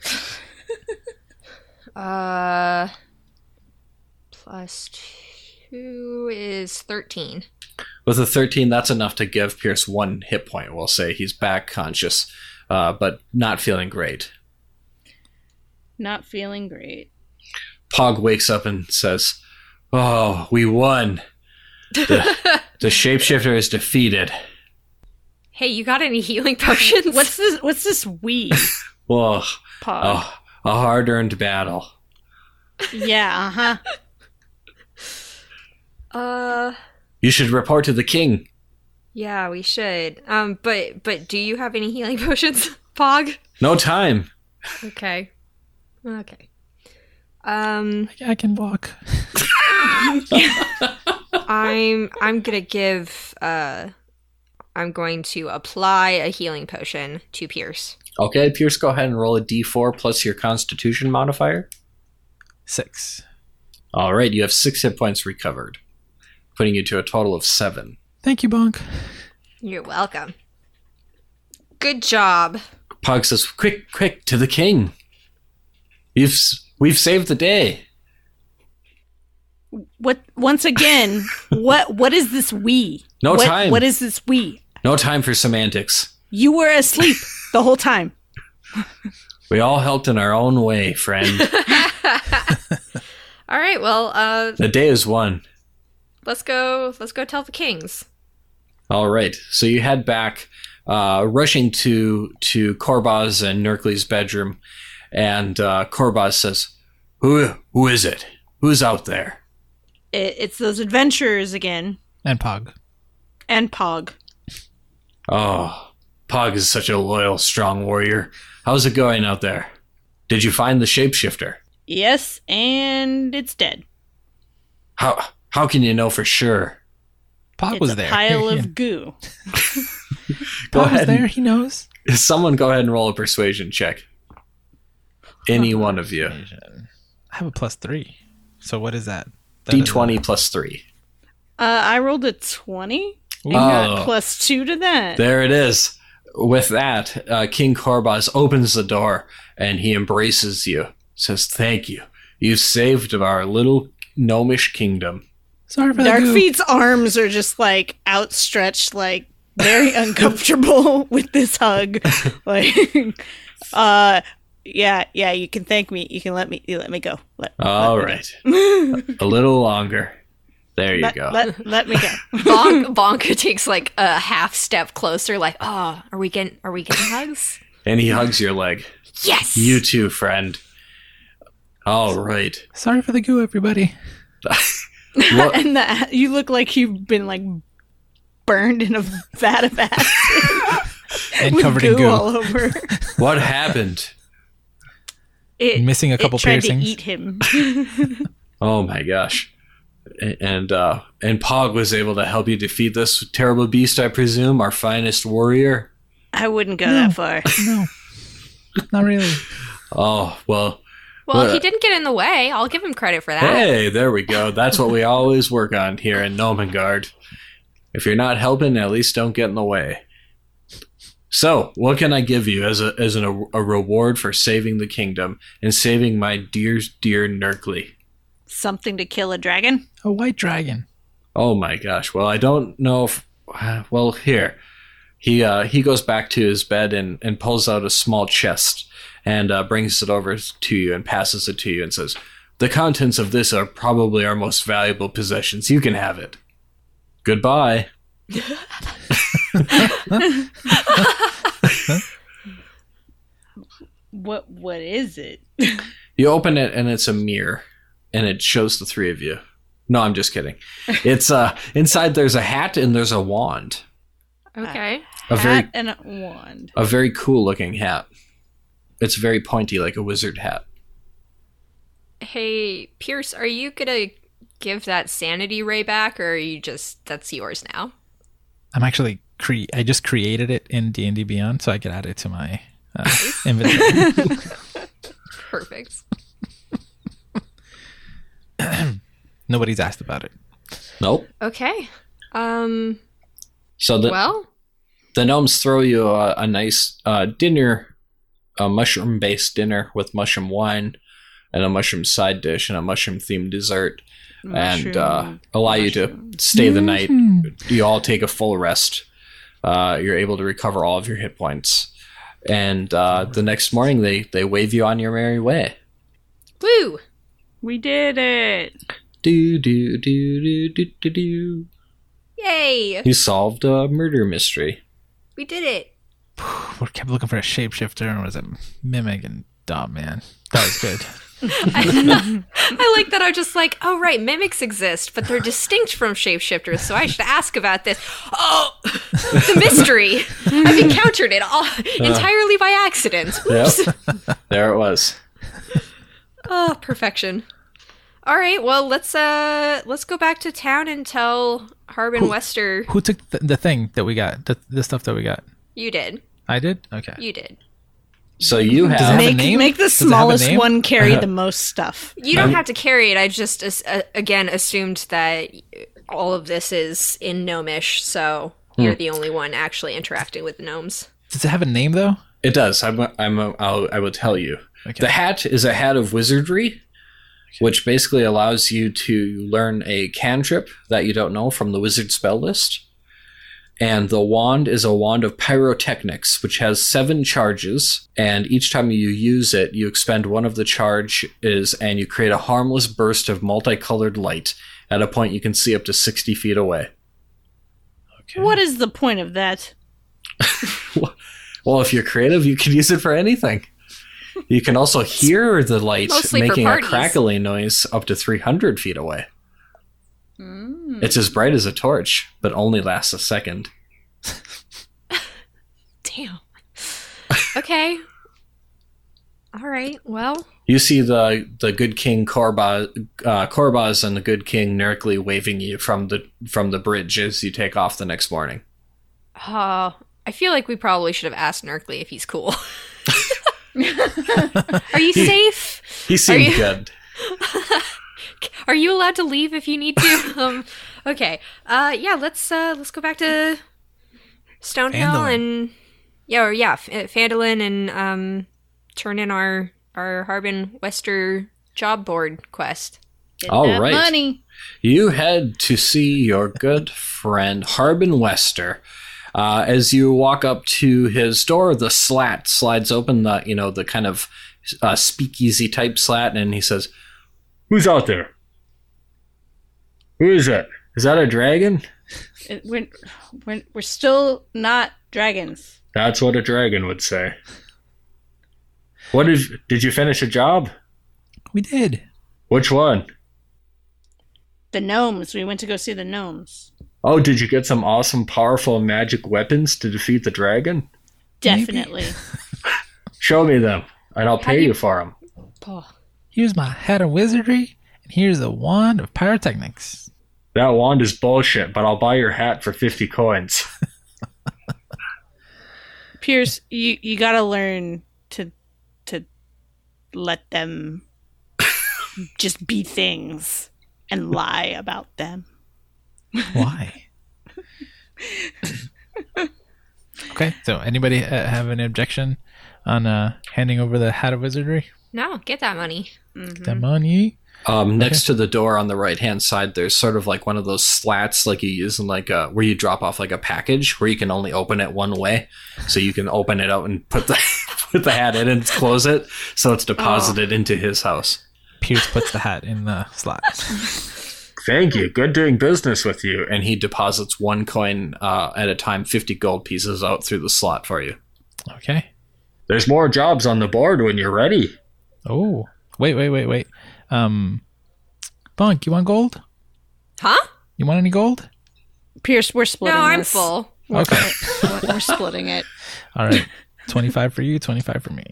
Speaker 3: Uh, plus two is thirteen.
Speaker 2: With a 13, that's enough to give Pierce one hit point. We'll say he's back conscious, uh, but not feeling great.
Speaker 4: Not feeling great.
Speaker 2: Pog wakes up and says, "Oh, we won. The, the shapeshifter is defeated."
Speaker 3: Hey, you got any healing potions?
Speaker 4: What's this? What's this we?
Speaker 2: Whoa,
Speaker 4: Pog.
Speaker 2: oh, a hard-earned battle.
Speaker 1: Oh.
Speaker 4: Yeah. Uh huh.
Speaker 3: uh?
Speaker 2: You should report to the king.
Speaker 3: Yeah, we should. Um, but but do you have any healing potions, Pog?
Speaker 2: No time.
Speaker 3: Okay, okay. Um,
Speaker 1: I can walk.
Speaker 3: I'm I'm gonna give uh, I'm going to apply a healing potion to Pierce.
Speaker 2: Okay, Pierce, go ahead and roll a d4 plus your constitution modifier.
Speaker 1: Six.
Speaker 2: All right, you have six hit points recovered, putting you to a total of seven.
Speaker 1: Thank you, Bonk.
Speaker 3: You're welcome. Good job.
Speaker 2: Pog says, "Quick, quick to the king. You've s- we've saved the day."
Speaker 4: What? Once again, what? What is this we?
Speaker 2: No
Speaker 4: What-
Speaker 2: time.
Speaker 4: What is this we?
Speaker 2: No time for semantics.
Speaker 4: You were asleep the whole time.
Speaker 2: We all helped in our own way, friend.
Speaker 3: All right, well, uh,
Speaker 2: the day is won.
Speaker 3: let's go. Let's go tell the kings.
Speaker 2: All right. So you head back, uh, rushing to to Korbaz and Nerkley's bedroom, and uh, Korbaz says, "Who who is it? Who's out there?"
Speaker 4: It, it's those adventurers again,
Speaker 1: And Pog.
Speaker 4: and Pog.
Speaker 2: Oh, Pog is such a loyal, strong warrior. How's it going out there? Did you find the shapeshifter?
Speaker 4: Yes, and it's dead.
Speaker 2: How how can you know for sure?
Speaker 1: Pog
Speaker 4: it's
Speaker 1: was
Speaker 4: a
Speaker 1: there.
Speaker 4: pile
Speaker 1: He-
Speaker 4: of goo.
Speaker 1: Pog
Speaker 2: Go
Speaker 1: was
Speaker 2: ahead.
Speaker 1: there. He knows.
Speaker 2: Someone go ahead and roll a persuasion check. Any one of you.
Speaker 1: I have a plus three. So what is that? That is
Speaker 2: D20 plus three.
Speaker 4: Uh, I rolled a twenty.
Speaker 1: a- Ooh.
Speaker 4: and
Speaker 2: Oh.
Speaker 4: got plus two to that.
Speaker 2: There it is. With that, uh, King Korbaz opens the door and he embraces you. Says, "Thank you. You saved our little gnomish kingdom."
Speaker 1: Sorry for the goo.
Speaker 4: Darkfeet's arms are just like outstretched, like very uncomfortable with this hug. Like, uh, yeah, yeah, you can thank me. You can let me. You let me go. Let,
Speaker 1: Oh,
Speaker 2: All right, a little longer. There you
Speaker 4: let,
Speaker 2: go.
Speaker 4: let, let me go.
Speaker 3: Bonk, Bonka takes like a half step closer. Like, oh, are we getting? Are we getting hugs?
Speaker 2: and he hugs your leg.
Speaker 3: Yes.
Speaker 2: You too, friend. All right.
Speaker 1: Sorry for the goo, everybody.
Speaker 2: What,
Speaker 4: and the, you look like you've been like burned in a vat of acid
Speaker 1: And
Speaker 4: with
Speaker 1: covered
Speaker 4: goo,
Speaker 1: in goo.
Speaker 4: all over.
Speaker 2: what happened?
Speaker 4: It,
Speaker 1: Missing a couple
Speaker 4: it tried
Speaker 1: piercings.
Speaker 4: to eat him.
Speaker 2: Oh my gosh. A- And uh, and Pog was able to help you defeat this terrible beast, I presume, our finest warrior.
Speaker 4: I wouldn't go
Speaker 1: No.
Speaker 4: that far.
Speaker 1: No. Not really.
Speaker 2: Oh well,
Speaker 3: well, he
Speaker 2: What?
Speaker 3: didn't get in the way. I'll give him credit for that.
Speaker 2: Hey, there we go. That's what we always work on here in Nomengard. If you're not helping, at least don't get in the way. So, what can I give you as a as an, a reward for saving the kingdom and saving my dear dear Nerkly?
Speaker 4: Something to kill a dragon.
Speaker 1: A white dragon.
Speaker 2: Oh my gosh. Well, I don't know if. Well, here. He uh, he goes back to his bed and, and pulls out a small chest and uh, brings it over to you and passes it to you and says, The contents of this are probably our most valuable possessions. You can have it. Goodbye.
Speaker 4: What what is it?
Speaker 2: You open it and it's a mirror and it shows the three of you. No, I'm just kidding. It's uh inside there's a hat and there's a wand.
Speaker 3: Okay.
Speaker 2: A very
Speaker 4: Hat and a wand.
Speaker 2: a very cool looking hat. It's very pointy like a wizard hat.
Speaker 3: Hey, Pierce, are you gonna give that sanity ray back, or are you just that's yours now?
Speaker 1: I'm actually cre- I just created it in D and D Beyond, so I could add it to my uh, inventory.
Speaker 3: Perfect.
Speaker 1: Nobody's asked about it.
Speaker 2: Nope.
Speaker 3: Okay. Um.
Speaker 2: So the
Speaker 3: well.
Speaker 2: the gnomes throw you a, a nice uh, dinner, a mushroom based dinner with mushroom wine and a mushroom side dish and a mushroom themed dessert and uh,
Speaker 4: Mushroom.
Speaker 2: allow you
Speaker 4: mushroom. Mm-hmm.
Speaker 2: to stay the night.
Speaker 1: Mm-hmm.
Speaker 2: You all take a full rest. Uh, you're able to recover all of your hit points. And uh, the next morning, they, they wave you on your merry way.
Speaker 3: Woo.
Speaker 4: We did it.
Speaker 2: Do, do, do, do, do, do, do.
Speaker 3: Yay.
Speaker 2: You solved a murder mystery.
Speaker 3: We did it.
Speaker 1: We kept looking for a shapeshifter and it was a mimic and dumb man. That was good.
Speaker 3: I, I like that. I'm just like, oh right, mimics exist, but they're distinct from shapeshifters. So I should ask about this. Oh, the mystery! I've encountered it all entirely by accident. Whoops.
Speaker 2: there it was.
Speaker 3: Oh, perfection. All right, well let's uh let's go back to town and tell Harbin Wester
Speaker 1: Who took th- the thing that we got? The, the stuff that we got?
Speaker 3: you did,
Speaker 1: I did. Okay.
Speaker 3: you did.
Speaker 2: So you
Speaker 1: it have
Speaker 2: have.
Speaker 1: a
Speaker 4: Make
Speaker 1: name?
Speaker 4: make the
Speaker 1: Does it have a
Speaker 4: smallest
Speaker 1: name?
Speaker 4: one carry the most stuff.
Speaker 3: You don't have to carry it. I just as- uh, again assumed that all of this is in gnomish, so
Speaker 2: Hmm.
Speaker 3: you're the only one actually interacting with gnomes.
Speaker 1: Does it have a name though?
Speaker 2: It does. I'm. I'm. I'll, I will tell you.
Speaker 1: Okay.
Speaker 2: The hat is a hat of wizardry, which basically allows you to learn a cantrip that you don't know from the wizard spell list. And the wand is a wand of pyrotechnics, which has seven charges. And each time you use it, you expend one of the charges and you create a harmless burst of multicolored light at a point you can see up to 60 feet away.
Speaker 1: Okay.
Speaker 4: What is the point of that?
Speaker 2: Well, if you're creative, you can use it for anything. You can also hear the light
Speaker 3: Mostly for
Speaker 2: making a
Speaker 3: parties.
Speaker 2: crackling noise up to 300 feet away.
Speaker 4: Mm.
Speaker 3: Hmm.
Speaker 2: It's as bright as a torch, but only lasts a second.
Speaker 3: Damn. Okay. All right. Well,
Speaker 2: You see the the good king Korba, uh, Korbaz and the good king Nerkly waving you from the from the bridge as you take off the next morning.
Speaker 3: uh, I feel like we probably should have asked Nerkley if he's cool. Are you safe?
Speaker 2: He seemed
Speaker 3: you-
Speaker 2: good.
Speaker 3: Are you allowed to leave if you need to? Um, okay. Uh, yeah. Let's uh, let's go back to Stonehill
Speaker 1: Phandalin.
Speaker 3: and yeah, or yeah, F- uh, Fandolin and um, turn in our our Harbin Wester job board quest.
Speaker 4: Get
Speaker 2: All
Speaker 4: that
Speaker 2: right.
Speaker 4: money.
Speaker 2: You head to see your good friend Harbin Wester. Uh, as you walk up to his door, the slat slides open, the you know the kind of uh, speakeasy type slat, and he says, "Who's out there? Who is that? Is that a dragon?
Speaker 4: It- We're, we're, we're still not dragons.
Speaker 2: That's what a dragon would say. What is? Did you finish a job?
Speaker 1: We did.
Speaker 2: Which one?
Speaker 4: The gnomes. We went to go see the gnomes.
Speaker 2: Oh, did you get some awesome, powerful magic weapons to defeat the dragon?
Speaker 4: Definitely.
Speaker 2: Show me them, and I'll pay you for them."
Speaker 1: Here's my hat of wizardry, and here's a wand of pyrotechnics.
Speaker 2: That wand is bullshit, but I'll buy your hat for 50 coins.
Speaker 4: Pierce, you, you gotta learn to to let them just be things and lie about them.
Speaker 1: Why? okay. So, anybody uh, have an objection on uh, handing over the hat of wizardry?
Speaker 3: No, get that money.
Speaker 1: Get that money.
Speaker 2: Um, next to the door on the right hand side, there's sort of like one of those slats, like you use in like a, where you drop off like a package, where you can only open it one way. So you can open it out and put the put the hat in and close it, so it's deposited into his house.
Speaker 1: Pierce puts the hat in the slot.
Speaker 2: Thank you. Good doing business with you. And he deposits one coin uh, at a time, fifty gold pieces out through the slot for you.
Speaker 1: Okay.
Speaker 2: There's more jobs on the board when you're ready.
Speaker 1: Oh, wait, wait, wait, wait. Um, Bonk, you want gold?
Speaker 3: Huh?
Speaker 1: You want any gold?
Speaker 4: Pierce, we're
Speaker 3: No,
Speaker 4: splitting.
Speaker 3: I'm
Speaker 4: this.
Speaker 3: full.
Speaker 4: We're,
Speaker 1: Okay.
Speaker 4: we're, we're splitting it.
Speaker 1: All right. 25 for you, 25 for me.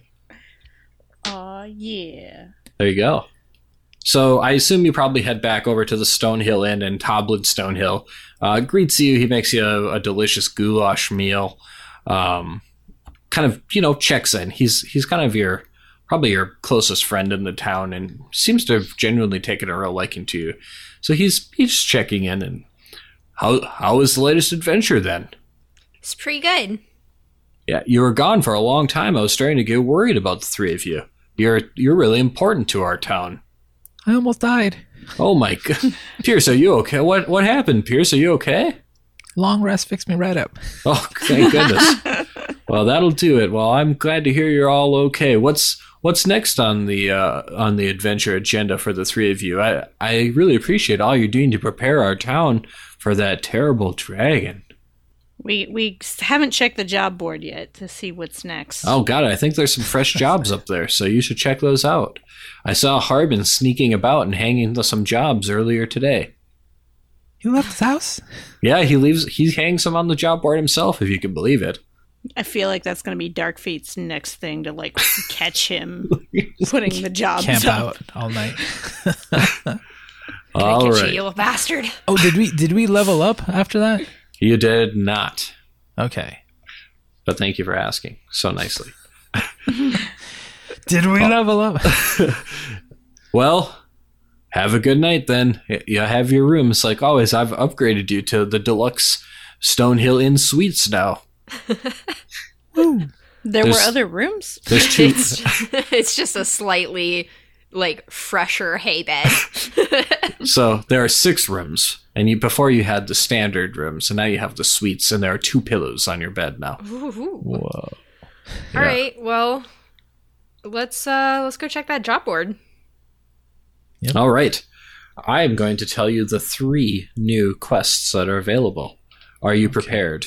Speaker 4: Aw, yeah.
Speaker 2: There you go. So I assume you probably head back over to the Stonehill Inn and Toblin Stonehill uh, greets you. He makes you a, a delicious goulash meal. Um, kind of you know checks in. He's he's kind of your probably your closest friend in the town and seems to have genuinely taken a real liking to you. So he's he's just checking in and how how is the latest adventure then?
Speaker 3: It's pretty good.
Speaker 2: Yeah, you were gone for a long time. I was starting to get worried about the three of you. You're you're really important to our town.
Speaker 1: I almost died.
Speaker 2: Oh my god, Pierce, are you okay? What what happened, Pierce? Are you okay?
Speaker 1: Long rest fixed me right up.
Speaker 2: Oh, thank goodness. well, that'll do it. Well, I'm glad to hear you're all okay. What's what's next on the uh, on the adventure agenda for the three of you? I I really appreciate all you're doing to prepare our town for that terrible dragon.
Speaker 4: We we s- haven't checked the job board yet to see what's next.
Speaker 2: Oh god, I think there's some fresh jobs up there, so you should check those out. I saw Harbin sneaking about and hanging to some jobs earlier today.
Speaker 1: He left his house?
Speaker 2: Yeah, he leaves. He hangs them on the job board himself, if you can believe it.
Speaker 4: I feel like that's going to be Darkfeet's next thing to like catch him putting the jobs
Speaker 1: Camp
Speaker 4: up.
Speaker 1: out all night.
Speaker 3: I
Speaker 2: All
Speaker 3: get
Speaker 2: right.
Speaker 3: you, you little bastard.
Speaker 1: Oh, did we did we level up after that?
Speaker 2: You did not.
Speaker 1: Okay.
Speaker 2: But thank you for asking so nicely.
Speaker 1: Did we level up?
Speaker 2: Well, have a good night then. Y- You have your rooms. Like always, I've upgraded you to the deluxe Stonehill Inn Suites now.
Speaker 4: There were
Speaker 2: There's-
Speaker 4: other rooms.
Speaker 2: There's two.
Speaker 3: It's it's just a slightly like fresher hay bed.
Speaker 2: so there are six rooms. And you, before you had the standard rooms, and now you have the suites, and there are two pillows on your bed now.
Speaker 3: Ooh.
Speaker 1: Whoa.
Speaker 3: All right. Well, let's uh let's go check that job board.
Speaker 2: All right. I am going to tell you the three new quests that are available. Are you prepared?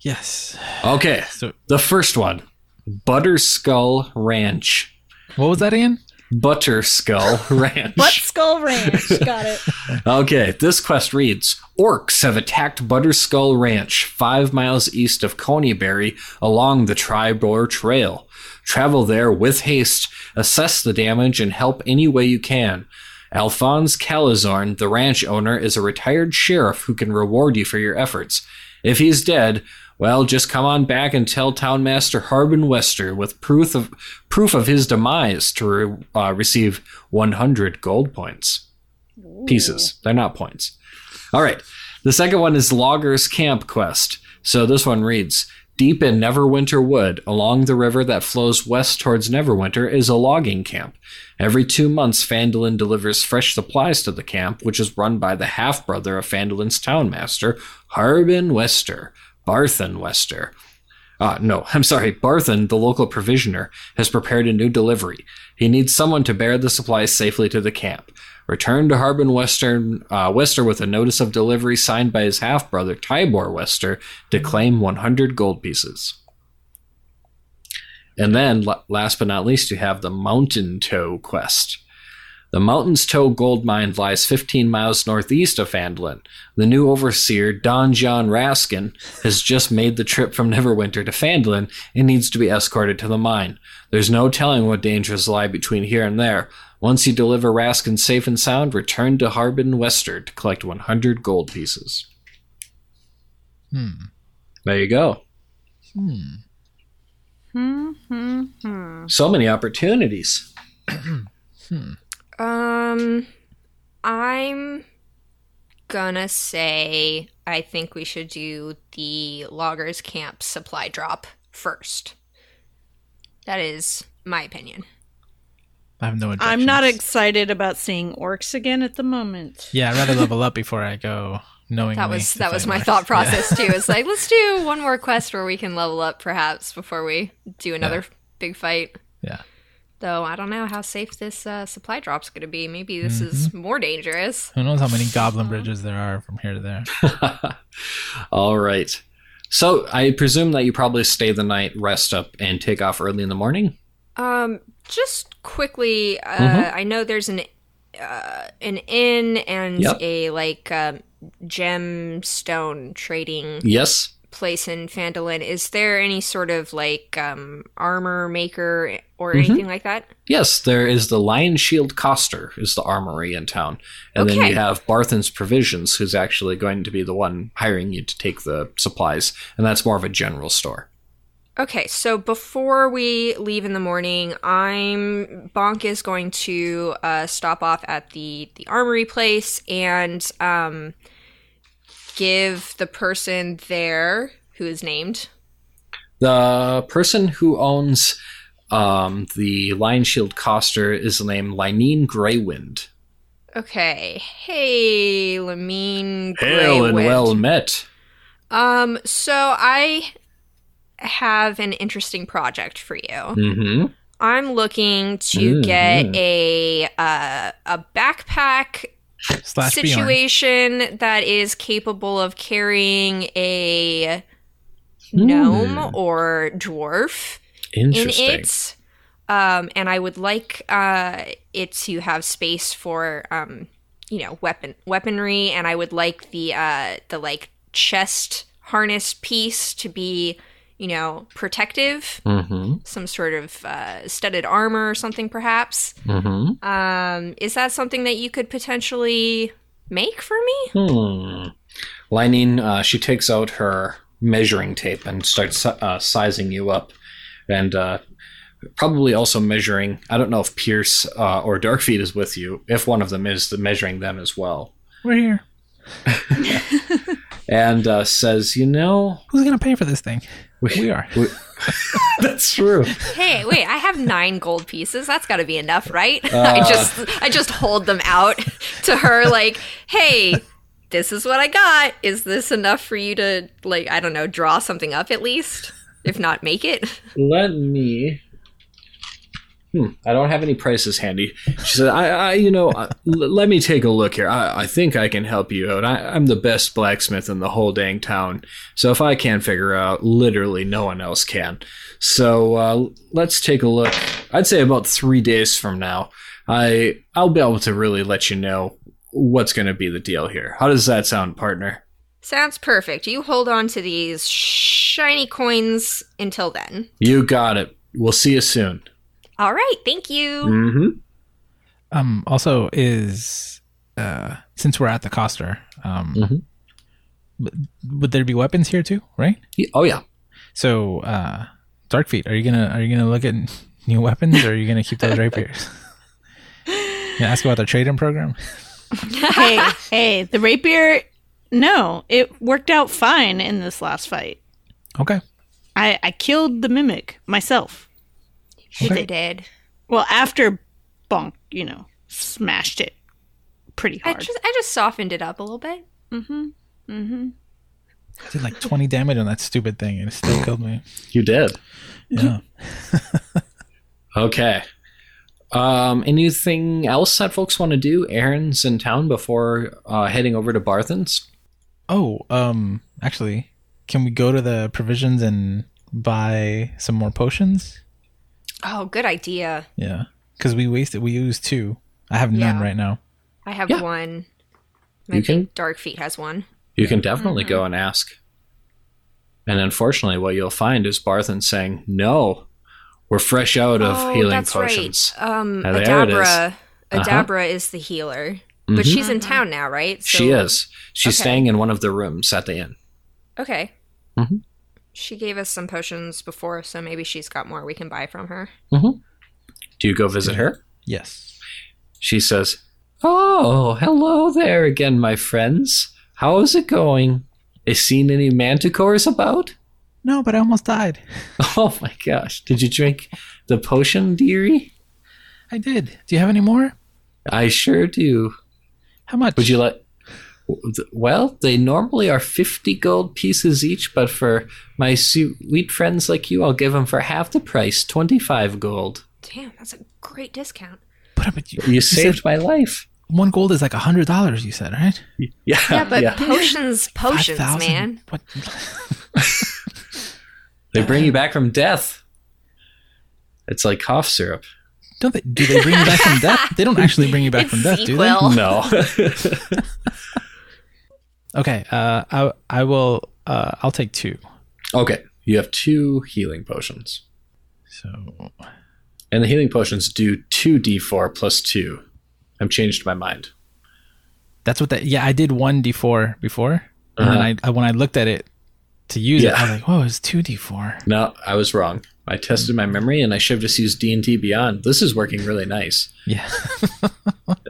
Speaker 1: Yes.
Speaker 2: Okay.
Speaker 1: So-
Speaker 2: the first one Butterskull Ranch.
Speaker 1: What was that again?
Speaker 2: Butterskull Ranch.
Speaker 4: Butt Skull Ranch. Got it.
Speaker 2: Okay, this quest reads Orcs have attacked Butterskull Ranch, five miles east of Coneyberry, along the Tribor Trail. Travel there with haste, assess the damage, and help any way you can. Alphonse Calazorn, the ranch owner, is a retired sheriff who can reward you for your efforts. If he's dead, well, just come on back and tell Townmaster Harbin Wester with proof of proof of his demise to re- uh, receive 100 gold points pieces. They're not points. All right. The second one is Logger's Camp Quest. So this one reads Deep in Neverwinter Wood, along the river that flows west towards Neverwinter, is a logging camp. Every two months, Fandolin delivers fresh supplies to the camp, which is run by the half brother of Fandolin's townmaster, Harbin Wester, Barthen Wester. Uh, no, I'm sorry. Barthen, the local provisioner, has prepared a new delivery. He needs someone to bear the supplies safely to the camp. Return to Harbin Western, uh, Wester with a notice of delivery signed by his half brother, Tybor Wester, to claim 100 gold pieces. And then, la- last but not least, you have the Mountain Toe quest. The Mountain's Toe gold mine lies 15 miles northeast of Fandolin. The new overseer, Don John Raskin, has just made the trip from Neverwinter to Fandolin and needs to be escorted to the mine. There's no telling what dangers lie between here and there. Once you deliver Raskin safe and sound, return to Harbin Wester to collect 100 gold pieces. Hmm. There you go. Hmm. Hmm. So many opportunities.
Speaker 3: Um, I'm gonna say I think we should do the loggers camp supply drop first. That is my opinion.
Speaker 1: I have no objections.
Speaker 4: I'm not excited about seeing orcs again at the moment.
Speaker 1: yeah, I'd rather level up before I go knowingly.
Speaker 3: That was
Speaker 1: to
Speaker 3: that was
Speaker 1: fight
Speaker 3: my
Speaker 1: orcs.
Speaker 3: thought
Speaker 1: Yeah.
Speaker 3: process too. It's like let's do one more quest where we can level up perhaps before we do another big fight.
Speaker 1: Yeah.
Speaker 3: Though I don't know how safe this uh, supply drop's going to be. Maybe this is
Speaker 1: Mm-hmm.
Speaker 3: more dangerous.
Speaker 1: Who knows how many goblin bridges there are from here to there?
Speaker 2: All right. So I presume that you probably stay the night, rest up, and take off early in the morning.
Speaker 3: Um, just quickly, uh,
Speaker 2: Mhm.
Speaker 3: I know there's an uh, an inn and
Speaker 2: Yep.
Speaker 3: a like um, gemstone trading
Speaker 2: Yes.
Speaker 3: place in Phandalin. Is there any sort of like um, armor maker or
Speaker 2: Mhm.
Speaker 3: anything like that?
Speaker 2: Yes, there is the Lion Shield Coster is the armory in town, and then
Speaker 3: Okay.
Speaker 2: you have Barthen's Provisions, who's actually going to be the one hiring you to take the supplies, and that's more of a general store.
Speaker 3: Okay, so before we leave in the morning, I'm Bonk is going to uh, stop off at the the armory place and um, give the person there who is named.
Speaker 2: The person who owns um, the Lion Shield Coster is named Lyneen Greywind.
Speaker 3: Okay, hey, Lamine.
Speaker 2: Hail and
Speaker 3: Greywind.
Speaker 2: well met.
Speaker 3: Um, so I have an interesting project for you.
Speaker 2: Mm-hmm.
Speaker 3: I'm looking to
Speaker 2: Mm,
Speaker 3: get
Speaker 2: yeah.
Speaker 3: a uh, a backpack
Speaker 1: Slash Bjorn.
Speaker 3: situation that is capable of carrying a
Speaker 2: Hmm.
Speaker 3: gnome or dwarf in
Speaker 2: Interesting.
Speaker 3: it. Um, and I would like uh, it to have space for um, you know weapon weaponry, and I would like the uh, the like chest harness piece to be you know protective,
Speaker 2: Mm-hmm.
Speaker 3: some sort of uh, studded armor or something perhaps.
Speaker 2: Mm-hmm.
Speaker 3: Um, is that something that you could potentially make for me?
Speaker 2: Hmm. Lining, uh, she takes out her measuring tape and starts uh, sizing you up, and uh, probably also measuring. I don't know if Pierce uh, or Darkfeet is with you. If one of them is, the measuring them as well,
Speaker 1: We're here.
Speaker 2: and uh, says, "You know,
Speaker 1: Who's gonna pay for this thing? We are.
Speaker 2: we- that's true.
Speaker 3: Hey, wait! I have nine gold pieces. That's got to be enough, right?
Speaker 2: Uh.
Speaker 3: I just, I just hold them out to her, like, "Hey, this is what I got. Is this enough for you to, like, I don't know, draw something up at least, if not make it?"
Speaker 2: Let me." Hmm, I don't have any prices handy. She said, "I, I you know, I- l- let me take a look here. I, I think I can help you out. I, I'm the best blacksmith in the whole dang town. So if I can't figure out, literally no one else can. So uh, let's take a look. I'd say about three days from now, I I'll be able to really let you know what's going to be the deal here. How does that sound, partner?
Speaker 3: Sounds perfect. You hold on to these shiny coins until then.
Speaker 2: You got it. We'll see you soon.
Speaker 3: All right. Thank you.
Speaker 2: Mm-hmm.
Speaker 1: Um. Also, is uh since we're at the Coster, um,
Speaker 2: Mhm.
Speaker 1: but- would there be weapons here too? Right.
Speaker 2: Oh yeah.
Speaker 1: So, uh, Darkfeet, are you gonna are you gonna look at new weapons, or are you gonna keep those rapiers? Yeah, ask about the trade-in program.
Speaker 4: hey, hey, the rapier. No, it worked out fine in this last fight.
Speaker 1: Okay.
Speaker 4: I, I killed the mimic myself.
Speaker 3: She
Speaker 1: Okay.
Speaker 3: did.
Speaker 4: Well, after Bonk, you know, smashed it pretty
Speaker 3: I
Speaker 4: hard.
Speaker 3: just, I just softened it up a little bit.
Speaker 4: Mm-hmm. Mm-hmm.
Speaker 1: I did like 20 damage on that stupid thing, and it still killed me.
Speaker 2: You did.
Speaker 1: Yeah.
Speaker 2: Okay. Um, anything else that folks want to do? Aaron's in town before uh, heading over to Barthen's.
Speaker 1: Oh, um, actually, can we go to the provisions and buy some more potions?
Speaker 3: Oh, good idea.
Speaker 1: Yeah, because we wasted, we used two. I have none
Speaker 3: Yeah.
Speaker 1: right now.
Speaker 3: I have
Speaker 2: Yeah.
Speaker 3: one.
Speaker 2: You
Speaker 3: I
Speaker 2: can-
Speaker 3: think Darkfeet has one.
Speaker 2: You can definitely go
Speaker 3: Mm-hmm.
Speaker 2: and ask. And unfortunately, what you'll find is Barthen saying, "No, we're fresh out of healing potions."
Speaker 3: Oh, Right. Um,
Speaker 2: Yeah, there it is.
Speaker 3: Adabra,
Speaker 2: Uh-huh.
Speaker 3: Adabra is the healer, but
Speaker 2: Mhm.
Speaker 3: she's in town now, right?
Speaker 2: she is. She's
Speaker 3: Okay.
Speaker 2: staying in one of the rooms at the inn.
Speaker 3: Okay.
Speaker 2: Mhm.
Speaker 3: She gave us some potions before, so maybe she's got more we can buy from her.
Speaker 2: Do you go visit
Speaker 3: Mm-hmm.
Speaker 1: Yeah.
Speaker 2: her?
Speaker 1: Yes.
Speaker 2: She says, "Oh, hello there again, my friends. How is it going? Is seen any manticores about?"
Speaker 1: No, but I almost died.
Speaker 2: Oh my gosh. Did you drink the potion, dearie?
Speaker 1: I did. Do you have any more?
Speaker 2: I sure do.
Speaker 1: How much?
Speaker 2: Would you like? Well, they normally are 50 gold pieces each, but for my sweet friends like you, I'll give them for half the price 25 gold.
Speaker 3: Damn, that's a great discount.
Speaker 1: But, but you,
Speaker 2: You,
Speaker 1: you said
Speaker 2: saved my life.
Speaker 1: one gold is like a hundred dollars. You said right?
Speaker 2: Yeah.
Speaker 3: Yeah, but potions, potions,
Speaker 1: 5,000?
Speaker 3: man.
Speaker 1: What?
Speaker 2: They bring you back from death. It's like cough syrup.
Speaker 1: Don't they? Do they bring you back from death? They don't actually bring you back
Speaker 3: It's
Speaker 1: from death, do they?
Speaker 3: Sequel.
Speaker 2: No.
Speaker 1: Okay. Uh, I I will. Uh, I'll take two.
Speaker 2: okay. You have two healing potions.
Speaker 1: So
Speaker 2: And the healing potions do 2d4 plus 2. I've changed my mind.
Speaker 1: that's what that. Yeah, I did one d four before, and then
Speaker 2: Uh-huh.
Speaker 1: I, I when I looked at it to use it, I was
Speaker 2: Yeah.
Speaker 1: like, "Whoa, it's two d four.
Speaker 2: No, I was wrong. I tested my memory and I should have just used D&D Beyond. This is working really nice.
Speaker 1: Yeah.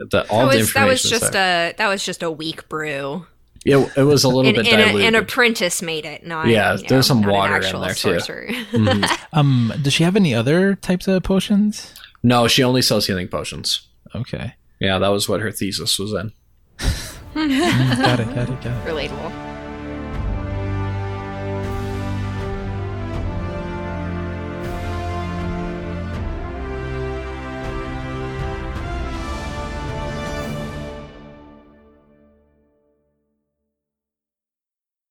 Speaker 2: The, all
Speaker 3: That
Speaker 2: the
Speaker 3: was
Speaker 2: information
Speaker 3: that was
Speaker 2: is
Speaker 3: just
Speaker 2: there.
Speaker 3: a that was just a weak brew.
Speaker 2: It, it was a little
Speaker 3: An,
Speaker 2: bit
Speaker 3: an,
Speaker 2: diluted.
Speaker 3: an apprentice made it. Not
Speaker 2: Yeah,
Speaker 3: you know,
Speaker 2: there's some
Speaker 3: not an
Speaker 2: water in
Speaker 3: actual
Speaker 2: there, too.
Speaker 3: sorcerer.
Speaker 1: um. Does she have any other types of potions?
Speaker 2: no, she only sells healing potions.
Speaker 1: Okay.
Speaker 2: Yeah, that was what her thesis was in.
Speaker 1: Got it. Got it. Got it.
Speaker 3: Relatable.